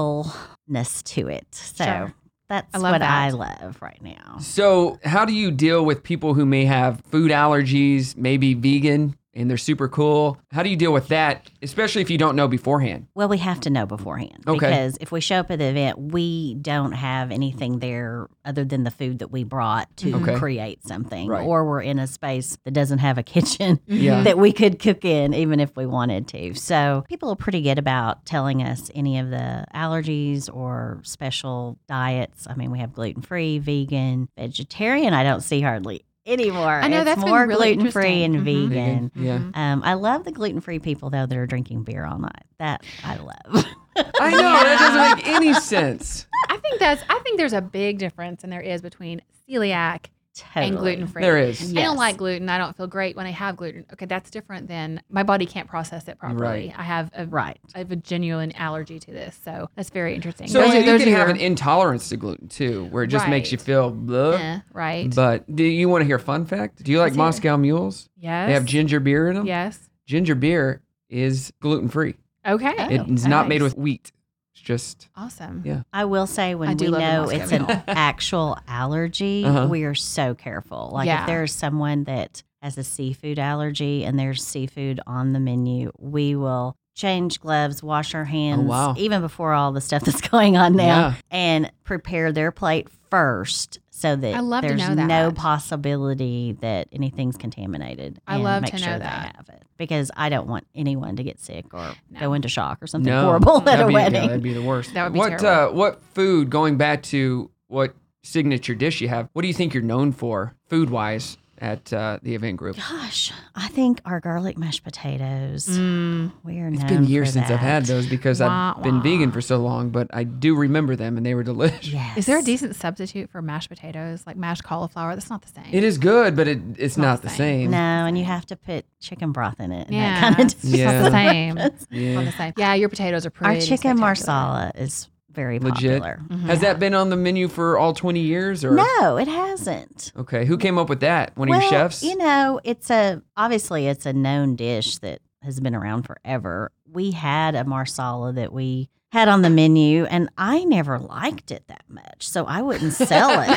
C: upscaleness to it. So
B: Sure.
C: that's
B: I love
C: what I
B: that.
C: love right now.
A: So, how do you deal with people who may have food allergies, maybe vegan, and they're super cool? How do you deal with that, especially if you don't know beforehand?
C: Well, we have to know beforehand
A: Okay.
C: because if we show up at the event, we don't have anything there other than the food that we brought to
A: Mm-hmm. Okay.
C: create something,
A: Right.
C: or we're in a space that doesn't have a kitchen
B: Mm-hmm.
A: Yeah.
C: that we could cook in, even if we wanted to. So people are pretty good about telling us any of the allergies or special diets. I mean, we have gluten free, vegan, vegetarian. I don't see hardly anymore.
B: I know,
C: it's
B: that's been
C: more
B: really
C: gluten free and
B: interesting. Mhm.
C: vegan.
A: Yeah.
B: Mhm.
C: Um, I love the gluten free people though that are drinking beer all night. That I love.
A: I know, that doesn't make any sense.
B: I think that's I think there's a big difference and there is between celiac
C: totally.
B: and gluten free.
A: There is.
B: I don't
C: Yes.
B: like gluten. I don't feel great when I have gluten. Okay, that's different than my body can't process it properly. I have a
C: Right.
B: I have a genuine allergy to this, so that's very interesting.
A: So,
B: Those are-
A: you
B: those
A: can
B: are
A: have an
B: your-
A: intolerance to gluten too, where it just makes you
B: Right.
A: feel bleh.
B: Eh, right?
A: But do you want to hear a fun fact? Do you like
B: Let's hear it.
A: Moscow mules?
B: yes.
A: They have ginger beer in them.
B: Yes.
A: ginger beer is gluten free.
B: Okay.
C: Oh,
A: it's not made
C: nice.
A: with wheat. It's just
B: awesome.
A: Yeah.
C: I will say
B: I
C: when
B: do
C: we
B: love the
C: know
B: Moscow
C: it's an
B: Mule.
C: actual allergy,
A: Uh-huh.
C: we are so careful. Like
B: Yeah.
C: if there is someone that has a seafood allergy and there's seafood on the menu, we will change gloves, wash our hands,
A: Oh, wow.
C: even before all the stuff that's going on now,
A: Yeah.
C: and prepare their plate first so that
B: I love to
C: there's
B: know that.
C: no possibility that anything's contaminated.
B: I
C: and
B: love
C: make
B: to know
C: sure
B: that.
C: they have it because I don't want anyone to get sick or
B: No.
C: go into shock or something
A: No.
C: horrible at
A: that'd
C: a
A: be, yeah,
C: wedding.
A: that'd be the worst.
B: That would be
A: what
B: terrible.
A: Uh, what food? Going back to what signature dish you have. What do you think you're known for, food wise, at uh, the event group?
C: Gosh, I think our garlic mashed potatoes.
B: Mm.
C: We are
A: It's
C: known
A: been years
C: for
A: since I've had
C: that.
A: those because
B: Wah,
A: I've been
B: wah.
A: vegan for so long, but I do remember them and they were delicious.
C: Yes.
B: Is there a decent substitute for mashed potatoes, like mashed cauliflower? That's not the same.
A: It is good, but it, it's, not, the same.
C: No, and you have to put chicken broth in it. and that
B: Yeah,
C: kinda
B: it's
C: does
A: not the
C: the
B: same.
C: difference.
B: Not
A: Yeah.
B: the same. Yeah, your potatoes are pretty.
C: Our chicken
B: spectacular. Mm-hmm.
C: marsala is very
A: Legit.
C: popular.
A: Has that been on the menu for all 20 years or?
C: No, it hasn't.
A: Okay, who came up with that? One of
C: well,
A: your chefs?
C: You know, it's a obviously it's a known dish that has been around forever. We had a marsala that we had on the menu, and I never liked it that much, so I wouldn't sell it.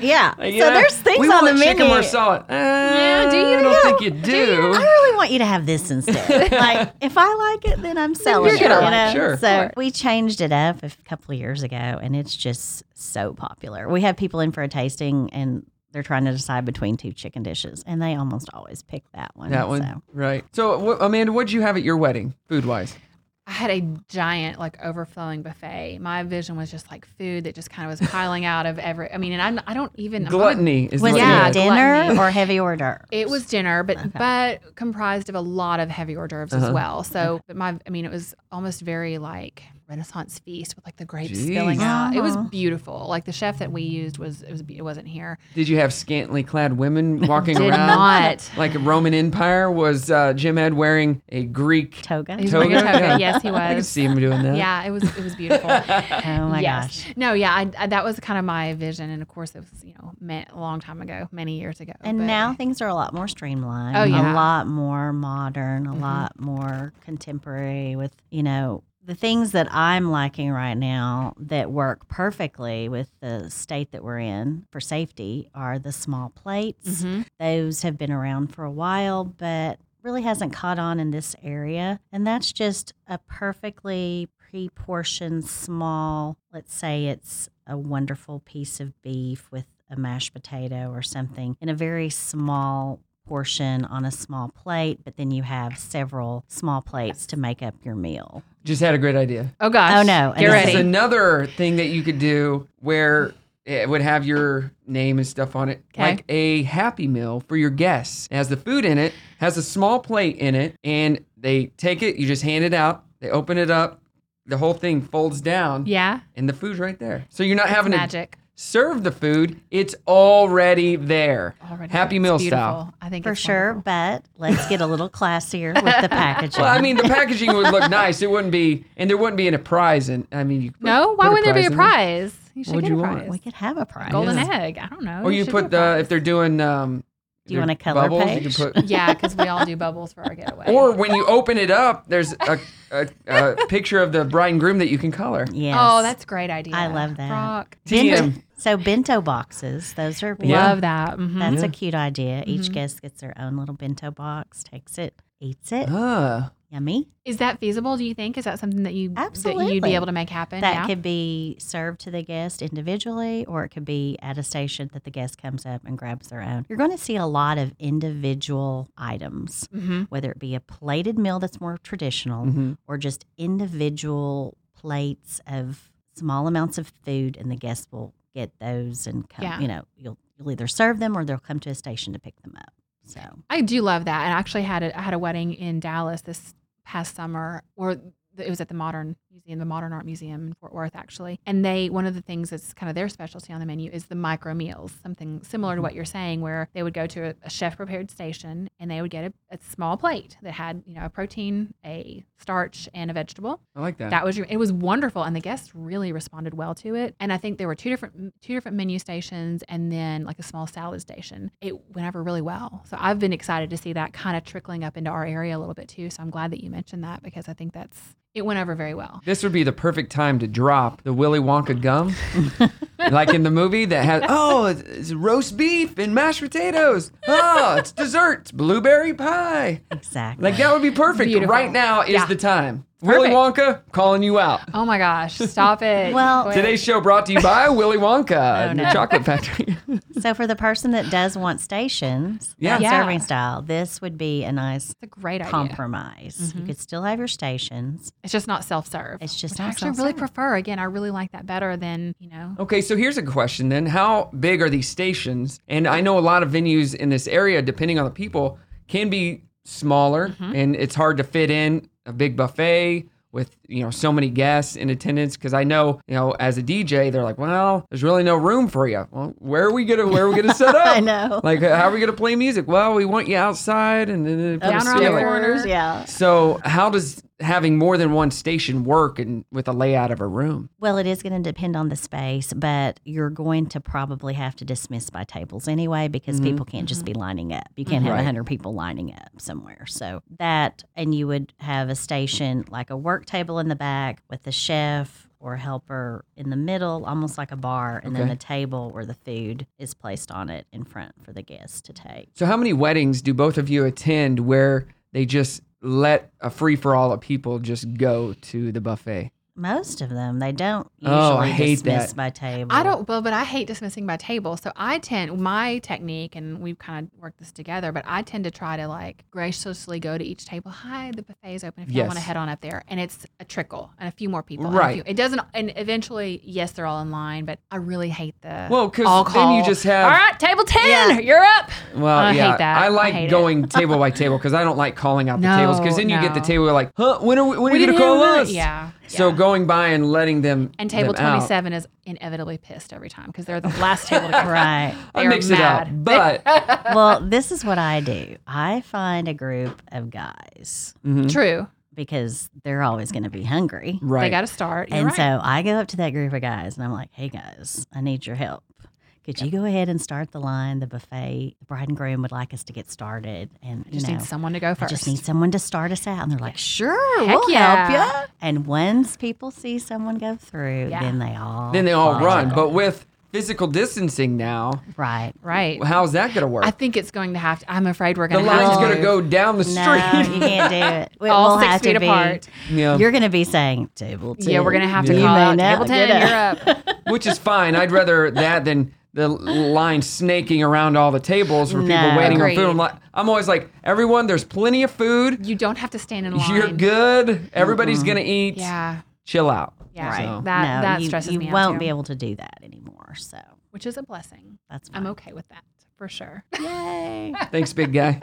C: Yeah.
A: Uh, Yeah.
C: So there's things
A: we
C: on
A: want
C: the menu.
A: chicken marsala. Uh, yeah,
B: do
A: I
B: you
A: don't
C: know?
A: think you do.
C: I really want you to have this instead. like, if I like it, then I'm selling
B: you're
C: it.
B: gonna
C: you
B: like
C: know?
A: it, sure.
C: So we changed it up a couple of years ago, and it's just so popular. We have people in for a tasting, and they're trying to decide between two chicken dishes, and they almost always pick that one.
A: That one,
C: So.
A: right? So, wh- Amanda, what'd you have at your wedding, food wise?
B: I had a giant, like, overflowing buffet. My vision was just like food that just kind of was piling out of every. I mean, and I'm, I don't even. I'm not a-
A: Gluttony is
C: Was
A: what
B: yeah,
C: it
A: you
B: did.
C: dinner
B: gluttony.
C: or heavy hors d'oeuvres?
B: It was dinner, but
C: Okay.
B: but comprised of a lot of heavy hors d'oeuvres
A: Uh-huh.
B: as well. So, but my, I mean, it was almost very like Renaissance feast with like the grapes spilling
A: Jeez.
B: out. It was
C: Uh-huh.
B: beautiful. Like the chef that we used was it was it wasn't here.
A: did. Did you have scantily clad women walking
B: Did
A: around
B: not.
A: like a Roman Empire? Was uh, Jim Ed wearing a Greek
C: Toga.
B: He was
A: toga?
B: wearing a toga. Yes, he
A: I could
B: was.
A: see him doing that.
B: Yeah, it was it was beautiful.
C: Oh my
B: Yes.
C: gosh.
B: No, yeah, I, I, that was kind of my vision, and of course it was you know meant a long time ago, many years ago.
C: And
B: but-
C: now things are a lot more streamlined.
B: Oh, yeah. Mm-hmm.
C: A lot more modern, a lot more contemporary with, you know, the things that I'm liking right now that work perfectly with the state that we're in for safety are the small plates.
B: Mhm.
C: Those have been around for a while, but really hasn't caught on in this area. And that's just a perfectly pre portioned small, let's say it's a wonderful piece of beef with a mashed potato or something in a very small portion on a small plate, but then you have several small plates to make up your meal.
A: just had a great idea.
B: oh gosh,
C: Oh, no.
B: get
C: This
A: This
B: ready.
A: is another thing that you could do where it would have your name and stuff on it,
B: Okay.
A: like a Happy Meal for your guests. It has the food in it, has a small plate in it, and they take it. You just hand it out. They open it up. The whole thing folds down,
B: yeah,
A: and the food's right there. So you're not
B: it's
A: having
B: magic.
A: to serve the food; it's already there.
B: Already,
A: Happy
B: It's
A: Meal
B: beautiful.
A: style.
B: I think
C: For
B: it's
C: sure,
B: wonderful.
C: but let's get a little classier with the packaging.
A: Well, I mean, the packaging would look nice. It wouldn't be, and there wouldn't be a prize. In I mean, you could put-
B: No,
A: put
B: why wouldn't there be a
A: in it.
B: prize? You should
A: would
B: get
A: you
B: a
A: want?
B: prize.
C: we could have a prize.
B: Golden
A: Yeah.
B: egg. I don't know.
A: Or you
B: should
A: put
B: do a
A: the
B: prize.
A: if they're doing. Um,
C: Do you
A: their
C: want a color
A: bubbles,
C: page?
A: You could put
B: yeah, because we all do bubbles for our getaway.
A: Or when you open it up, there's a, a, a picture of the bride and groom that you can color.
C: Yes.
B: oh, that's a great idea.
C: I love that.
B: Rock.
C: Bento-
A: TM.
C: so bento boxes. Those are big.
A: Yeah.
B: Love that. Mhm.
C: That's
A: Yeah. Mm-hmm.
C: a cute idea. Each guest gets their own little bento box, takes it, eats it.
A: Ah,
C: Yummy.
B: Is that feasible? Do you think? Is that something that you that you'd
C: Absolutely.
B: be able to make happen?
C: That
B: yeah.
C: could be served to the guest individually, or it could be at a station that the guest comes up and grabs their own. You're going to see a lot of individual items,
B: hmm
C: whether it be a plated meal that's more traditional
A: mhm.
C: or just individual plates of small amounts of food, and the guests will get those and come.
B: Yeah.
C: You know, you'll you'll either serve them or they'll come to a station to pick them up. So
B: I do love that. And I actually had a, I had a wedding in Dallas this past summer, or th- it was at the Modern Museum, the Modern Art Museum in Fort Worth, actually. And they, one of the things that's kind of their specialty on the menu is the micro meals, something similar to what you're saying, where they would go to a, a chef prepared station and they would get a, a small plate that had, you know, a protein, a starch, and a vegetable.
A: I like that.
B: That was your, it was wonderful, and the guests really responded well to it. And I think there were two different two different menu stations, and then like a small salad station. It went over really well, so I've been excited to see that kind of trickling up into our area a little bit too. So I'm glad that you mentioned that because I think that's it went over very well.
A: This would be the perfect time to drop the Willy Wonka gum, like in the movie that has oh, it's, it's roast beef and mashed potatoes. Oh, it's dessert, it's blueberry pie.
C: Exactly.
A: Like that would be perfect.
B: Beautiful.
A: Right now is
B: Yeah.
A: the time. Willy Wonka, calling you out.
B: Oh my gosh, stop it!
C: Well-
B: Quit.
A: Today's show brought to you by Willy Wonka and the
C: no.
A: Chocolate Factory.
C: so for the person that does want stations,
A: Yeah.
C: yeah.
B: Yeah.
C: serving style, this would be a nice
B: it's a great idea.
C: compromise.
B: Mm-hmm.
C: You could still have your stations.
B: It's just not self serve.
C: It's just
B: which I
C: not
B: actually really
C: self-serve.
B: prefer. Again, I really like that better than you know.
A: Okay, so here's a question then. How big are these stations? And I know a lot of venues in this area, depending on the people, can be smaller
B: Mm-hmm.
A: and it's hard to fit in a big buffet with you know so many guests in attendance because I know you know as a DJ they're like well there's really no room for you well where are we gonna where are we gonna set up
C: I know.
A: like how are we gonna play music well we want you outside and then
B: Down around
A: Yeah.
B: the corners.
C: Yeah.
A: so how does having more than one station work and with a layout of a room
C: Well, it is going to depend on the space, but you're going to probably have to dismiss by tables anyway because people can't just be lining up. You can't have a
A: Mm-hmm. Right.
C: 100 people lining up somewhere. So that, and you would have a station like a work table in the back with a chef or helper in the middle, almost like a bar, and then
A: Okay.
C: the table where the food is placed on it in front for the guests to take.
A: So, how many weddings do both of you attend where they just let a free for all of people just go to the buffet?
C: Most of them, they don't usually
A: Oh, I hate
C: dismiss
A: that.
C: by table.
B: I don't, well, but I hate dismissing by table. So I tend, my technique, and we've kind of worked this together, but I tend to try to like graciously go to each table. Hi, the buffet is open if you want to
A: Yes.
B: head on up there. And it's a trickle and a few more people. and a
A: Right.
B: few- it doesn't, and eventually, yes, they're all in line, but I really hate the.
A: Well, 'cause
B: all
A: then
B: call,
A: you just have-
B: All right, table 10, you're up.
A: Well,
B: I hate
A: yeah,
B: that.
A: I
B: I
A: like
B: hate it.
A: going table by table because I don't like calling out the tables because
B: No,
A: then you get the
B: no.
A: table you're like, huh? When are we, when are
B: We
A: you gonna
B: didn't
A: call
B: hear
A: us?
B: that. Yeah,
A: So
B: yeah.
A: going by and letting them
B: And table
A: them out.
B: 27 is inevitably pissed every time because they're the last table to come.
C: Right.
A: I
B: They're
A: mix it up,
B: mad.
A: but
C: well, this is what I do. I find a group of guys
A: Mhm,
B: True.
C: because they're always going to be hungry.
A: right.
B: They got to start. You're
C: and
B: right.
C: so I go up to that group of guys and I'm like, hey guys, I need your help. Could you go ahead and start the line? The buffet, the bride and groom would like us to get started. And
B: I just
C: you know,
B: need someone to go
C: I
B: first.
C: just need someone to start us out. And they're like, sure,
B: Heck
C: we'll
B: yeah.
C: help you. And once people see someone go through,
B: Yeah.
C: then they all
A: then they all
C: follow.
A: run. But with physical distancing now,
C: right.
B: right.
A: how's that gonna work?
B: I think it's going to have to. I'm afraid we're
A: the
B: going to have
A: line's
B: to
A: gonna
B: do-
A: go down the
C: No,
A: street.
C: you can't do it. We,
B: All
C: will
B: six
C: have
B: feet
C: to be,
B: apart.
A: Yeah.
C: You're going to be saying table two.
B: Yeah, we're going to have to
A: Yeah.
B: call
C: You may
B: out table
C: not
B: 10.
C: get
B: You're up.
A: which is fine. I'd rather that than the line snaking around all the tables for people
C: No.
A: waiting on food.
B: Agreed.
A: I'm, like, I'm always like, everyone, there's plenty of food.
B: You don't have to stand in line.
A: You're good. Everybody's gonna eat.
B: Yeah.
A: Chill out.
B: Yeah.
C: Right.
A: So-
B: That,
C: no,
B: that
C: you,
B: stresses
C: you
B: me out.
C: won't
B: too,
C: be able to do that anymore. So
B: Which is a blessing.
C: that's fine.
B: I'm okay with that for sure.
C: Yay.
A: Thanks, big guy.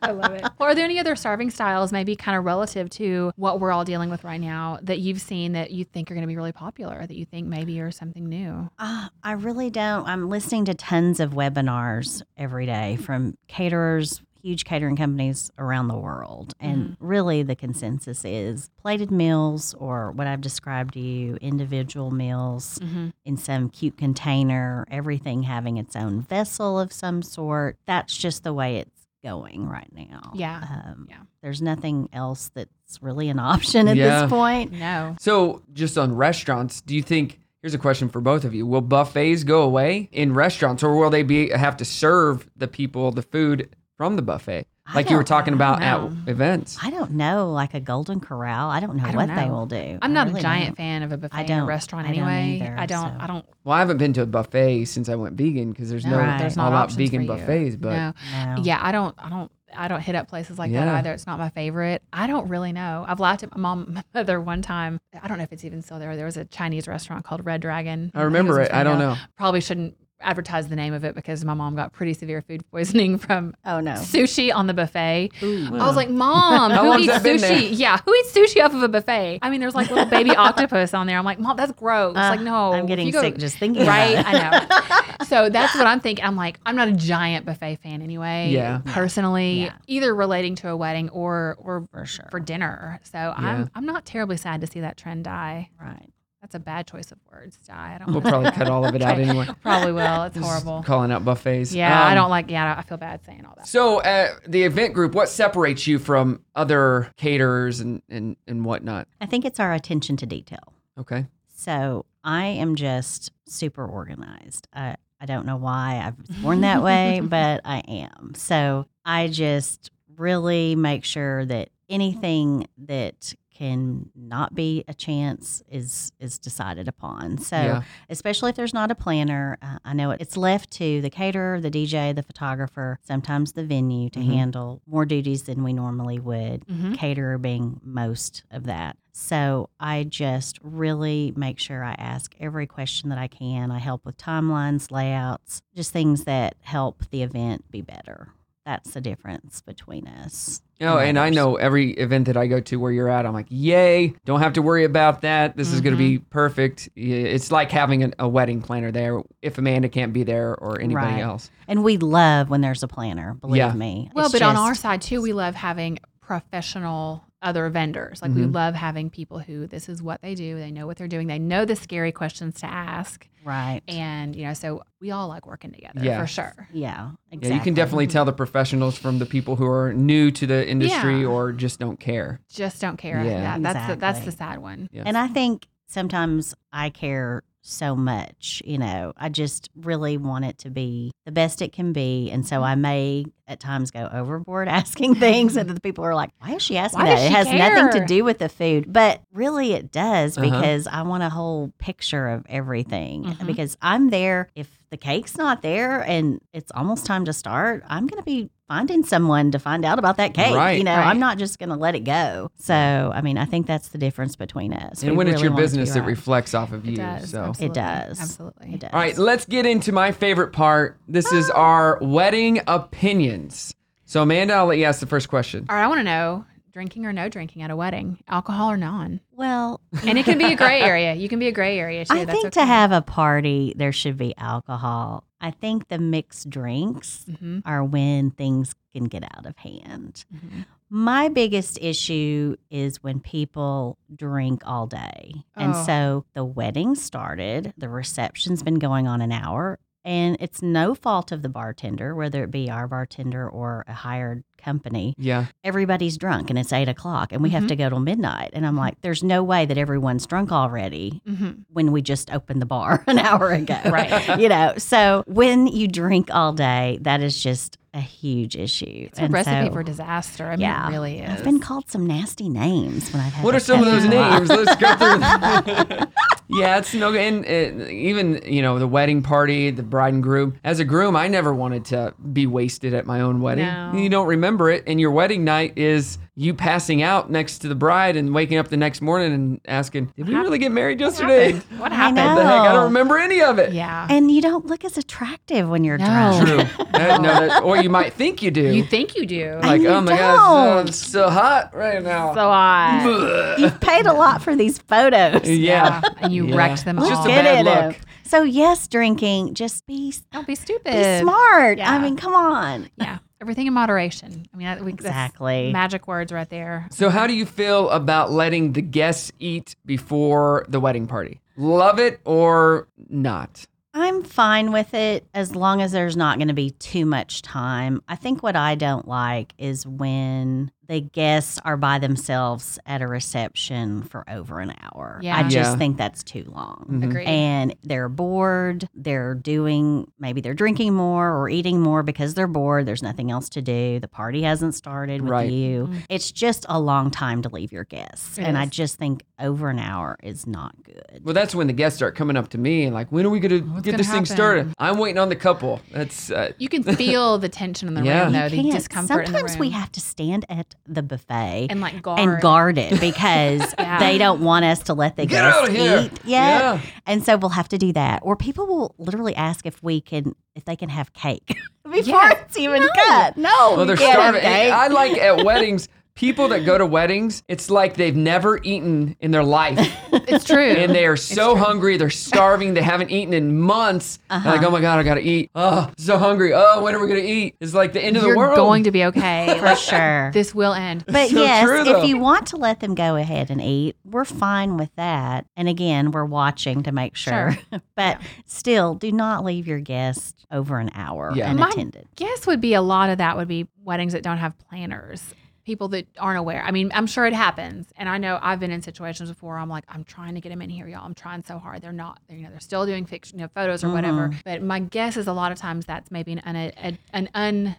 B: I love it. Well, are there any other starving styles, maybe kind of relative to what we're all dealing with right now, that you've seen that you think are going to be really popular, that you think maybe are something new?
C: Uh, I really don't. I'm listening to tons of webinars every day from caterers, huge catering companies around the world.
B: Mm.
C: And really, the consensus is plated meals or what I've described to you individual meals
B: Mm-hmm.
C: in some cute container, everything having its own vessel of some sort. That's just the way it's going right now.
B: Yeah.
C: Um,
B: Yeah.
C: There's nothing else that's really an option at
A: Yeah.
C: this point.
B: No.
A: so, just on restaurants, do you think? Here's a question for both of you: Will buffets go away in restaurants, or will they be have to serve the people the food from the buffet,
C: I
A: like you were
C: don't- I
A: talking
C: don't
A: about at
B: know.
A: events?
C: I don't know, like a Golden Corral. I don't know
B: I don't
C: what they
B: know.
C: will do.
B: I'm
C: I
B: not
C: really
B: a giant
C: don't.
B: fan of a buffet
C: I
B: in a
C: don't-
B: restaurant
C: I don't
B: anyway.
C: either,
B: I don't.
C: so-
B: I don't.
A: Well, I haven't been to a buffet since I went vegan because there's no,
B: No,
C: Right.
B: there's
A: all
B: not
A: about
B: options
A: vegan
B: for you.
A: buffets, but
B: No.
C: No.
B: Yeah, I don't, I don't, I don't hit up places like that
A: Yeah.
B: either. It's not my favorite. I don't really know. I've laughed at my mom, my mother one time. I don't know if it's even still there. There was a Chinese restaurant called Red Dragon.
A: I remember
B: think
A: it. I
B: was in
A: don't
B: Springdale.
A: know.
B: Probably shouldn't advertise the name of it because my mom got pretty severe food poisoning from
C: Oh no.
B: sushi on the buffet. I
A: Wow.
B: was like, Mom,
A: How
B: who
A: long's
B: eats
A: that been there?
B: sushi? Yeah, who eats sushi off of a buffet? I mean, there's like little baby octopus on there. I'm like, Mom, that's gross.
C: Uh,
B: like, no,
C: I'm
B: if
C: getting
B: you go-
C: sick just thinking.
B: Right,
C: About it.
B: I know. So that's what I'm thinking. I'm like, I'm not a giant buffet fan anyway.
A: Yeah.
B: personally,
C: Yeah.
B: either relating to a wedding or or
C: For sure.
B: for dinner. So
A: Yeah.
B: I'm I'm not terribly sad to see that trend die.
C: right.
B: That's a bad choice of words, die. I don't.
A: We'll
B: like
A: probably
B: that.
A: cut all of it out
B: Okay.
A: anyway.
B: Probably will. It's
A: Just
B: horrible.
A: Calling out buffets.
B: Yeah, I
A: Um,
B: don't like. Yeah, I feel bad saying all that.
A: So uh, the event group, what separates you from other caterers and, and, and whatnot?
C: I think it's our attention to detail.
A: Okay.
C: So I am just super organized. I, I don't know why I've was born that way, but I am. So I just really make sure that anything that can not be a chance is is decided upon. So
A: yeah.
C: especially if there's not a planner. Uh, I know it- it's left to the caterer, the DJ, the photographer, sometimes the venue to
A: Mhm.
C: handle more duties than we normally would,
A: Mm-hmm.
B: Mhm.
C: caterer being most of that. So I just really make sure I ask every question that I can. I help with timelines, layouts, just things that help the event be better. That's the difference between us.
A: Oh, and I
C: matters.
A: know every event that I go to where you're at, I'm like, yay, don't have to worry about that. This is going
B: Mhm.
A: to be perfect. Yeah, It's like having an, a wedding planner there if Amanda can't be there or anybody
C: Right.
A: else.
C: And we love when there's a planner, believe
A: Yeah.
C: me.
B: Well,
C: It's
B: but on
C: just-
B: our side too, we love having professional other vendors. Like we
A: Mhm.
B: love having people who this is what they do. They know what they're doing. They know the scary questions to ask.
C: right.
B: And you know, so we all like working together
A: Yeah.
B: for sure.
C: yeah,
A: Yeah,
C: exactly.
A: you can definitely tell the professionals from the people who are new to the industry
B: Yeah.
A: or just don't care.
B: Just don't care.
A: Yeah.
B: That- that's the, that's
C: Exactly.
B: the sad one.
A: Yeah.
C: And I think sometimes I care so much, you know, I just really want it to be the best it can be. And
B: Mm-hmm.
C: so I may at times go overboard asking things and the people are like, why is she asking
B: Why
C: that?
B: does
C: It
B: she
C: has nothing
B: care?"
C: to do with the food. But really it does
A: Uh-huh.
C: because I want a whole picture of everything
B: Mhm.
C: because I'm there. If the cake's not there and it's almost time to start, I'm going to be finding someone to find out about that cake.
A: Right.
C: You know,
B: Right.
C: I'm not just going to let it go. So, I mean, I think that's the difference between us.
A: and
C: We
A: when it's
C: really
A: your
C: want to
A: business,
C: do
A: it
C: right.
A: reflects off of
B: It
A: you.
B: does.
A: So.
B: absolutely.
C: does.
B: Absolutely.
C: It does.
A: All right, let's get into my favorite part. This is our wedding opinions. So, Amanda, I'll let you ask the first question.
B: All right, I want to know drinking or no drinking at a wedding, alcohol or non.
C: Well,
B: And it can be a gray area. You can be a gray area too.
C: I
B: That's
C: think to
B: okay.
C: have a party, there should be alcohol. I think the mixed drinks
B: Mhm,
C: are when things can get out of hand.
B: mhm.
C: My biggest issue is when people drink all day. And
B: Oh.
C: so the wedding started, the reception's been going on an hour, and it's no fault of the bartender, whether it be our bartender or a hired company.
A: Yeah.
C: everybody's drunk and it's eight o'clock and we
B: Mhm.
C: have to go till midnight. And I'm like, there's no way that everyone's drunk already
B: Mhm.
C: when we just opened the bar an hour ago.
B: Right.
C: you know, so when you drink all day, that is just a huge issue.
B: It's a
C: And
B: recipe
C: so
B: for disaster. I mean,
C: Yeah.
B: it really is.
C: I've been called some nasty names when I've had
A: What
C: a
A: are some of those
C: couple
A: names? Let's go through. yeah, it's no, and uh, even you know the wedding party, the bride and groom. As a groom, I never wanted to be wasted at my own wedding.
B: No.
A: You don't remember it, and your wedding night is you passing out next to the bride and waking up the next morning and asking, "Did we really get married yesterday?" What
B: What
C: I
B: happened?
C: know.
A: the heck? I
C: No.
A: don't remember any of it.
B: Yeah.
C: And you don't look as attractive when you're
B: No.
C: drunk.
A: True. That- no, that- or you might think you do.
B: You think you do.
A: like,
C: you
A: oh my god,
C: don't.
A: it's so, so hot right now.
B: so I.
A: Ugh.
C: You've paid a lot for these photos.
A: yeah.
B: And you
A: Yeah.
B: wrecked them
A: It's
B: all.
A: just a
C: Get
A: bad
C: it
A: look.
C: up. So yes, drinking. Just be
B: Don't be stupid.
C: be smart.
B: Yeah.
C: I mean, come on.
B: Yeah. Everything in moderation. I mean, that, we, that's
C: Exactly.
B: magic words right there.
A: So, how do you feel about letting the guests eat before the wedding party? Love it or not?
C: I'm fine with it as long as there's not going to be too much time. I think what I don't like is when the guests are by themselves at a reception for over an hour.
B: Yeah.
C: I just
A: Yeah.
C: think that's too long.
A: Mhm.
B: Agree.
C: And they're bored. They're doing, maybe they're drinking more or eating more because they're bored. There's nothing else to do. The party hasn't started with
A: Right.
C: you.
B: Mhm.
C: It's just a long time to leave your guests.
B: It
C: and I
B: is.
C: just think over an hour is not good.
A: Well, that's when the guests start coming up to me and like, when are we going to
B: What's
A: get
B: gonna
A: this
B: happen?
A: thing started? I'm waiting on the couple. That's uh,
B: You can feel the tension in the
A: Yeah.
B: room,
A: You
B: though, the
C: can't.
B: discomfort
C: Sometimes
B: in the room.
C: we have to stand at the buffet
B: and like guard.
C: and guard it because
B: Yeah.
C: they don't want us to let the
A: Get
C: guests
A: out of here.
C: eat yet. And so we'll have to do that. Or people will literally ask if we can if they can have cake before
B: Yeah.
C: it's even cut. No,
A: Well,
C: we
A: they're
C: can't have
A: starving.
C: cake.
A: I like at weddings, people that go to weddings, it's like they've never eaten in their life.
B: It's true.
A: And they are so hungry, they're starving, they haven't eaten in months. They're
B: Uh-huh.
A: like, oh my God, I gotta eat. Oh, so hungry. Oh, when are we gonna eat? It's like the end of
B: You're
A: the world.
B: going to be okay.
C: for
B: Like,
C: sure.
B: this will end.
C: But
A: so
C: yes,
A: true, though.
C: if you want to let them go ahead and eat, we're fine with that. And again, we're watching to make sure. but still, do not leave your guest over an hour
A: Yeah.
B: My-
C: unattended.
B: guess would be a lot of that would be weddings that don't have planners people that aren't aware i mean i'm sure it happens and i know i've been in situations before i'm like i'm trying to get them in here y'all i'm trying so hard they're not they're, you know they're still doing fiction you know, photos or
C: Mm-hmm.
B: whatever but my guess is a lot of times that's maybe an, an, an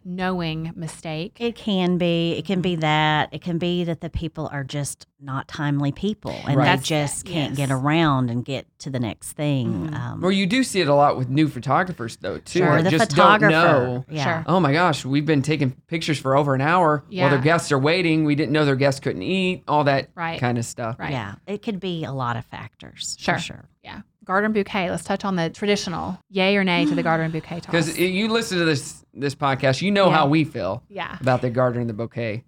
B: unknowing mistake
C: It can be. It can be that. It can be that the people are just not timely people and
A: Right.
C: they
B: That's
C: just
B: it,
C: can't
B: yes. Mm-hmm.
C: get around and get to the next thing. Um,
A: Well, you do see it a lot with new photographers, though, too.
C: or
A: that
C: the
A: just
C: photographer.
A: Don't know.
C: Yeah.
B: Sure.
A: Oh my gosh, we've been taking pictures for over an hour
B: Yeah.
A: while their guests are waiting. We didn't know their guests couldn't eat, all that
B: Right.
A: kind of stuff.
B: right
C: Yeah. It could be a lot of factors.
B: Sure.
C: For sure.
B: yeah garter and bouquet let's touch on the traditional yay or nay to the garter and bouquet toss
A: Because you listen to this this podcast, you know
B: Yeah.
A: how we feel
B: yeah
A: about the garter and the bouquet.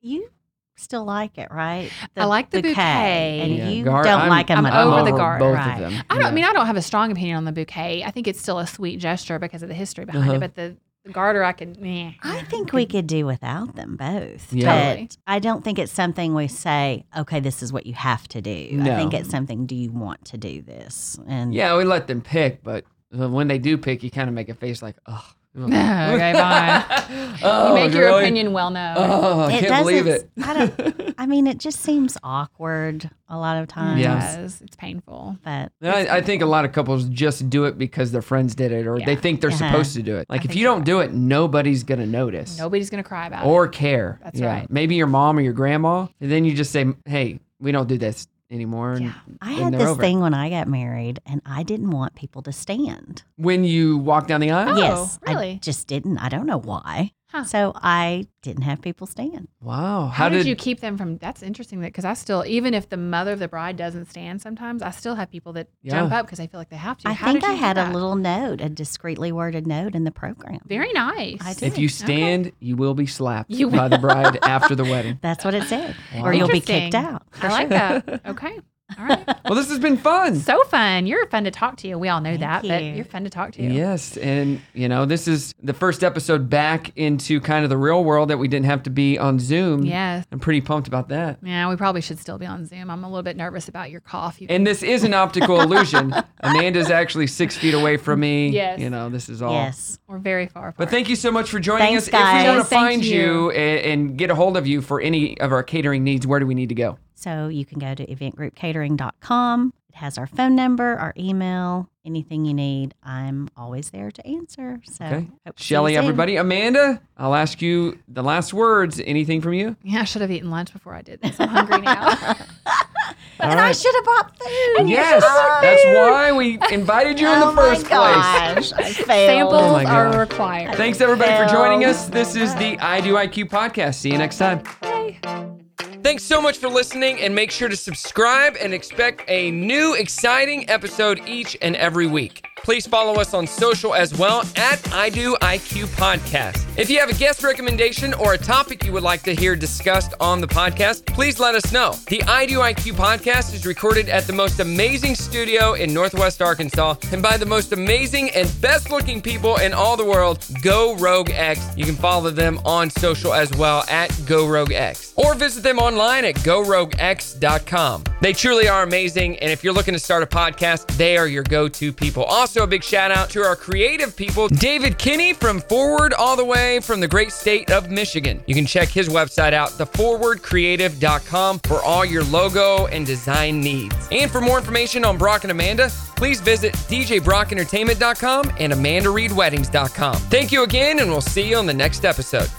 C: You still like it, right?
B: I like the bouquet.
C: And
B: Yeah,
C: you
A: gar-
C: don't
A: I'm-
C: like them
B: I'm
C: at
B: over
C: all.
B: the garter.
A: Both
C: Right.
A: of them.
B: I don't. I
A: Yeah.
B: mean, I don't have a strong opinion on the bouquet. I think it's still a sweet gesture because of the history behind
A: Uh-huh.
B: it. But the, the garter, I could. Meh.
C: I think we could do without them both.
A: Yeah.
B: Totally.
C: But I don't think it's something we say, okay, this is what you have to do.
A: No.
C: I think it's something, do you want to do this? And
A: Yeah, we let them pick, but uh, when they do pick, you kind of make a face like, oh.
B: Okay, fine.
A: oh,
B: you make your
A: really?
B: opinion well known.
A: Oh, I
C: it
A: can't believe it.
C: doesn't- I don't, I mean, it just seems awkward a lot of times.
A: Yeah.
B: Yes, it's painful.
C: But
A: And I, I think a lot of couples just do it because their friends did it or
B: Yeah.
A: they think they're
C: Uh-huh.
A: supposed to do it. Like, if
B: think
A: you
B: you're
A: don't do it, nobody's going to notice
B: Nobody's gonna cry about it.
A: or care.
B: That's
A: Yeah.
B: right.
A: Maybe your mom or your grandma. And then you just say, hey, we don't do this anymore. And
B: Yeah.
C: I
A: And
C: had
A: they're
C: this
A: over it.
C: thing when I got married, and I didn't want people to stand.
A: when you walk down the aisle,
B: Oh,
C: yes, I
B: really?
C: just didn't. I don't know why.
B: Huh.
C: So I didn't have people stand.
A: wow.
B: How, did, you keep them from? That's interesting. That because I still, even if the mother of the bride doesn't stand, sometimes I still have people that jump
A: Yeah.
B: up because they feel like they have to.
C: I
B: How
C: think
B: did
C: I
B: you do
C: had a
B: that?
C: little note, a discreetly worded note in the program.
B: Very nice.
C: I did.
A: If you
B: Okay.
A: stand, you will be slapped
B: You
A: by the bride after the wedding.
C: That's what it said.
A: Wow.
C: Or you'll be
B: Interesting.
C: kicked out.
B: I like that. Okay. All right.
A: Well, this has been fun.
B: So fun. You're fun to talk to. We all know
C: Thank
B: that, but
C: you.
B: you're fun to talk to.
A: Yes, and you know this is the first episode back into kind of the real world that we didn't have to be on Zoom.
B: Yes.
A: I'm pretty pumped about that.
B: Yeah, we probably should still be on Zoom. I'm a little bit nervous about your cough. You
A: And this is an optical illusion. Amanda's actually six feet away from me.
B: Yes.
A: you know this is all.
C: Yes.
B: we're very far apart.
A: But thank you so much for joining us.
C: Thanks,
A: If we want
C: guys.
A: to
B: Thank
A: find you,
B: you.
A: a- and, get a hold of you for any of our catering needs, where do we need to go?
C: So you can go to eventgroupcatering.com. It has our phone number, our email, anything you need. I'm always there to answer. So,
A: Okay.
C: Oh, hope to see you
A: Shelly,
C: soon.
A: everybody. Amanda, I'll ask you the last words. Anything from you?
B: yeah, I should have eaten lunch before I did this. I'm hungry now.
C: And I should have bought food.
A: Yes, that's why we invited you in the
C: Oh my
A: first place.
C: gosh, I failed.
B: Samples
A: Oh my
B: are
A: God.
B: required.
A: Thanks everybody for
C: Phil.
A: joining us. This is the I Do IQ podcast. See you next time.
B: Yay.
A: Thanks so much for listening and make sure to subscribe and expect a new exciting episode each and every week. Please follow us on social as well at I Do IQ Podcast. If you have a guest recommendation or a topic you would like to hear discussed on the podcast, please let us know. The I Do IQ Podcast is recorded at the most amazing studio in Northwest Arkansas and by the most amazing and best looking people in all the world, Go Rogue X. You can follow them on social as well at Go Rogue X or visit them online at goroguex.com. They truly are amazing. And if you're looking to start a podcast, they are your go to people. Also, a big shout out to our creative people, David Kinney from Forward, all the way from the great state of Michigan. You can check his website out, theforwardcreative.com, for all your logo and design needs. And for more information on Brock and Amanda, please visit djbrockentertainment.com and amandareedweddings.com. Thank you again, and we'll see you on the next episode.